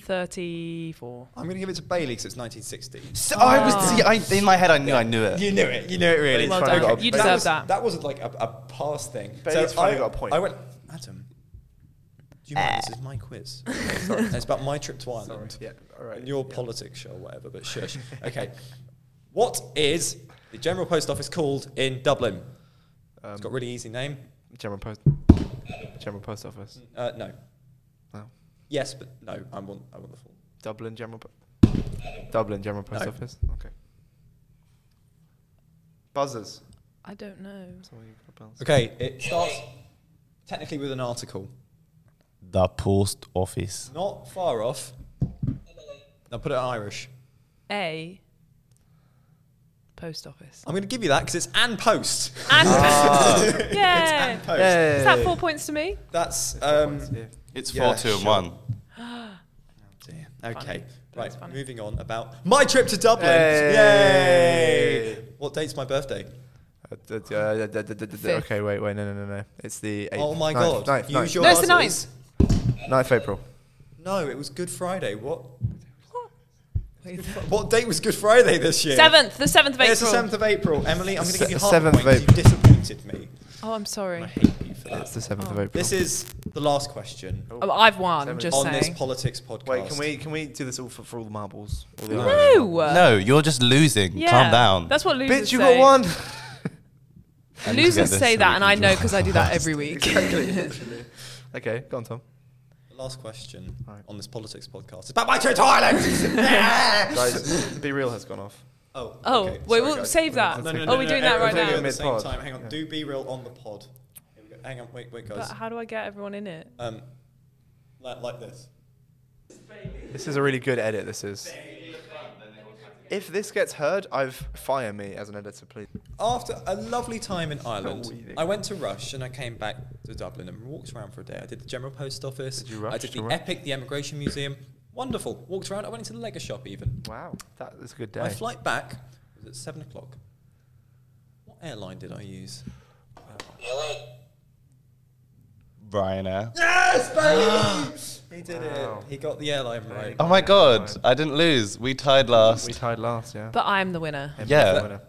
Speaker 12: 1934.
Speaker 13: I'm going to give it to Bailey because it's 1960.
Speaker 7: So I was see, I, in my head. I knew I knew it.
Speaker 13: You knew it. You knew it really.
Speaker 12: Well
Speaker 11: It's fine, I
Speaker 12: done.
Speaker 11: got a-
Speaker 12: You
Speaker 11: That
Speaker 12: deserve
Speaker 13: was,
Speaker 12: that.
Speaker 13: That was like a, a past thing.
Speaker 11: But he's finally got a point.
Speaker 13: I went, Adam. Do you
Speaker 12: Uh,
Speaker 13: mind? This is my quiz. <laughs> Sorry. it's about my trip to Ireland.
Speaker 11: Yeah, all right,
Speaker 13: And your politics show, or whatever. But shush. okay. What is the General Post Office called in Dublin? it's got a really easy name.
Speaker 11: General post. General post office.
Speaker 13: Uh, no.
Speaker 11: No.
Speaker 13: Yes, but no. I want. I want the full.
Speaker 11: Dublin General. Po- Dublin General Post
Speaker 13: No.
Speaker 11: Office. Okay. Buzzers.
Speaker 12: I don't know.
Speaker 11: Someone you've got buzzers.
Speaker 13: Okay. It starts technically with an article.
Speaker 7: The post office.
Speaker 13: Not far off. Now put it in Irish.
Speaker 12: A post office.
Speaker 13: I'm going to give you that because it's and post.
Speaker 12: And
Speaker 13: Ah. <laughs> It's
Speaker 12: yeah.
Speaker 13: and post.
Speaker 12: Is that four points to me?
Speaker 13: That's um.
Speaker 11: Points here.
Speaker 7: It's
Speaker 13: Yeah,
Speaker 7: four, two, and
Speaker 13: sure.
Speaker 7: one.
Speaker 13: dear. Okay.
Speaker 12: That's
Speaker 13: Right.
Speaker 12: funny.
Speaker 13: Moving on about my trip to Dublin.
Speaker 11: Hey.
Speaker 13: Yay! What date's my birthday?
Speaker 11: Uh, d- d- uh, d- d- d- d- d-
Speaker 12: Fifth.
Speaker 11: Okay, wait, wait, no, no, no, no. It's the eighth.
Speaker 13: oh my
Speaker 11: ninth,
Speaker 13: god!
Speaker 11: Ninth,
Speaker 13: Use
Speaker 11: ninth,
Speaker 13: your
Speaker 12: No, it's the
Speaker 13: buzzers.
Speaker 11: ninth April.
Speaker 13: No, it was Good Friday. What?
Speaker 12: Wait.
Speaker 13: What date was Good Friday this year?
Speaker 12: Seventh, the seventh of April.
Speaker 13: It's the seventh of April. Emily, I'm going to give you
Speaker 11: Se-
Speaker 13: half a
Speaker 11: seventh of
Speaker 13: point. 'cause You disappointed me.
Speaker 12: Oh, I'm
Speaker 13: I
Speaker 12: sorry.
Speaker 13: hate you for that.
Speaker 11: It's the seventh of
Speaker 12: Oh.
Speaker 11: April.
Speaker 13: This is the last question
Speaker 12: Oh, I've won.
Speaker 11: Seventh.
Speaker 12: Just
Speaker 13: on this
Speaker 12: saying.
Speaker 13: politics podcast.
Speaker 11: Wait, can we can we do this all for, for all the marbles? All the Irish
Speaker 12: no.
Speaker 11: marbles?
Speaker 7: No, you're just losing.
Speaker 12: Yeah.
Speaker 7: Calm down.
Speaker 12: That's what losers
Speaker 11: Bitch, you
Speaker 12: say.
Speaker 11: got one.
Speaker 7: I need to
Speaker 12: Losers
Speaker 7: get this
Speaker 12: say
Speaker 7: so we
Speaker 12: that, and
Speaker 7: can
Speaker 12: I know
Speaker 7: draw.
Speaker 12: because I do
Speaker 7: <laughs>
Speaker 12: that every week.
Speaker 11: <laughs> okay, go on, Tom.
Speaker 13: The last question
Speaker 11: Right.
Speaker 13: on this politics podcast is about my trip to
Speaker 11: <laughs>
Speaker 13: Ireland.
Speaker 11: Guys, be real has gone off.
Speaker 13: oh,
Speaker 12: <laughs> Oh,
Speaker 13: okay,
Speaker 12: wait,
Speaker 13: sorry,
Speaker 12: we'll
Speaker 13: guys.
Speaker 12: save that.
Speaker 11: No, no,
Speaker 12: oh, we're doing that right
Speaker 11: everything
Speaker 12: now.
Speaker 13: At the same
Speaker 11: Mid-pod.
Speaker 13: time, hang on.
Speaker 11: Yeah.
Speaker 13: Do be real on the pod. Here we go. Hang on. Wait, wait,
Speaker 12: But
Speaker 13: guys.
Speaker 12: how do I get everyone in it?
Speaker 13: Um, like, like this.
Speaker 11: This is a really good edit. This is. If this gets heard, I've fire me as an editor, please.
Speaker 13: After a lovely time in
Speaker 11: Oh,
Speaker 13: Ireland,
Speaker 11: yeah.
Speaker 13: I went to Rush and I came back to Dublin and walked around for a day. I did the General Post Office.
Speaker 11: Did you Rush
Speaker 13: I did
Speaker 11: to
Speaker 13: the
Speaker 11: Rush?
Speaker 13: Epic, the Emigration Museum. Wonderful. Walked around. I went into the Lego shop even.
Speaker 11: Wow, that is a good day.
Speaker 13: My flight back was at seven o'clock. What airline did I use?
Speaker 7: Ryanair.
Speaker 13: Yes, baby! he did
Speaker 11: Wow.
Speaker 13: it. He got the airline right.
Speaker 7: Oh my god, I didn't lose. We tied
Speaker 11: we
Speaker 7: last.
Speaker 11: tied last, yeah.
Speaker 12: But I'm the winner.
Speaker 7: Yeah.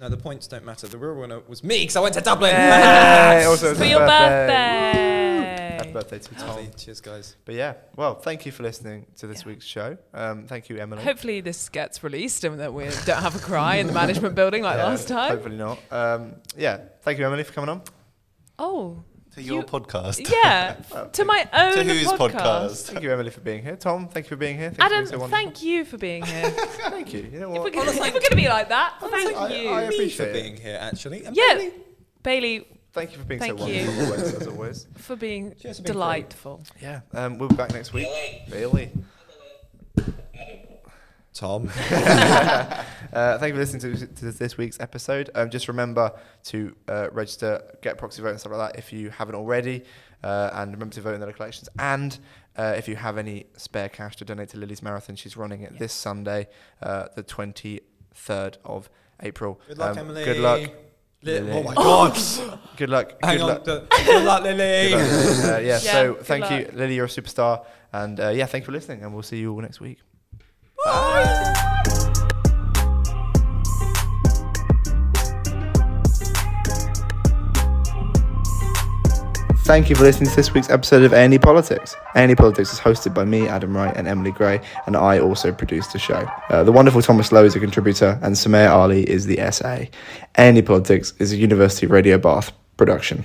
Speaker 13: No, the points don't matter. The real winner was me because I went to Dublin.
Speaker 11: Hey, also it's
Speaker 12: For
Speaker 11: my
Speaker 12: your
Speaker 11: Happy
Speaker 12: birthday.
Speaker 11: birthday to Tom.
Speaker 13: Lovely. <laughs> Cheers, guys.
Speaker 11: But yeah, well, thank you for listening to this week's show. Um, thank you, Emily.
Speaker 12: Hopefully this gets released and that we don't have a cry in the management building like
Speaker 11: Yeah,
Speaker 12: last time.
Speaker 11: Hopefully not. Um, yeah, thank you, Emily, for coming on.
Speaker 12: Oh,
Speaker 7: To your podcast.
Speaker 12: Yeah, to my own
Speaker 7: <laughs> To whose
Speaker 12: podcast.
Speaker 11: Thank you, Emily, for being here. Tom, thank you for being here. Thank
Speaker 12: Adam,
Speaker 11: you for being so wonderful.
Speaker 12: thank you for being
Speaker 11: <laughs>
Speaker 12: here.
Speaker 11: thank you. You know
Speaker 12: If
Speaker 11: what?
Speaker 12: we're gonna, if we're gonna be like that, thank you.
Speaker 11: I
Speaker 13: for
Speaker 11: appreciate it.
Speaker 13: being here, actually. And
Speaker 12: yeah, Bailey.
Speaker 11: Thank you for being
Speaker 12: thank
Speaker 11: so
Speaker 12: you
Speaker 11: wonderful always, as always.
Speaker 12: for being
Speaker 11: Cheers for being
Speaker 12: delightful.
Speaker 11: Yeah. Um, we'll be back next week. Bailey.
Speaker 13: Tom.
Speaker 11: uh, thank you for listening to, to this week's episode. Um, just remember to uh, register, get proxy vote and stuff like that if you haven't already. Uh, and remember to vote in the local elections. And uh, if you have any spare cash to donate to Lily's Marathon, she's running it this Sunday, uh, the 23rd of April.
Speaker 14: Good luck,
Speaker 11: Um,
Speaker 14: Emily.
Speaker 11: Good luck.
Speaker 14: Li-
Speaker 11: Lily.
Speaker 14: oh
Speaker 11: <laughs>
Speaker 14: my God.
Speaker 11: good luck.
Speaker 14: Hang
Speaker 11: good
Speaker 14: on.
Speaker 11: Luck.
Speaker 14: to- Good luck, Lily.
Speaker 11: Good
Speaker 14: <laughs>
Speaker 11: luck. Uh, yeah, so
Speaker 14: good
Speaker 11: thank you,
Speaker 14: luck.
Speaker 11: Lily. You're a superstar. And uh, yeah, thank you for listening. And we'll see you all next week. Thank you for listening to this week's episode of A&E Politics. A&E Politics is hosted by me, Adam Wright, and Emily Gray, and I also produce the show. Uh, the wonderful Thomas Lowe is a contributor, E and Samir Ali is the SA. A&E Politics is a University of Radio Bath production.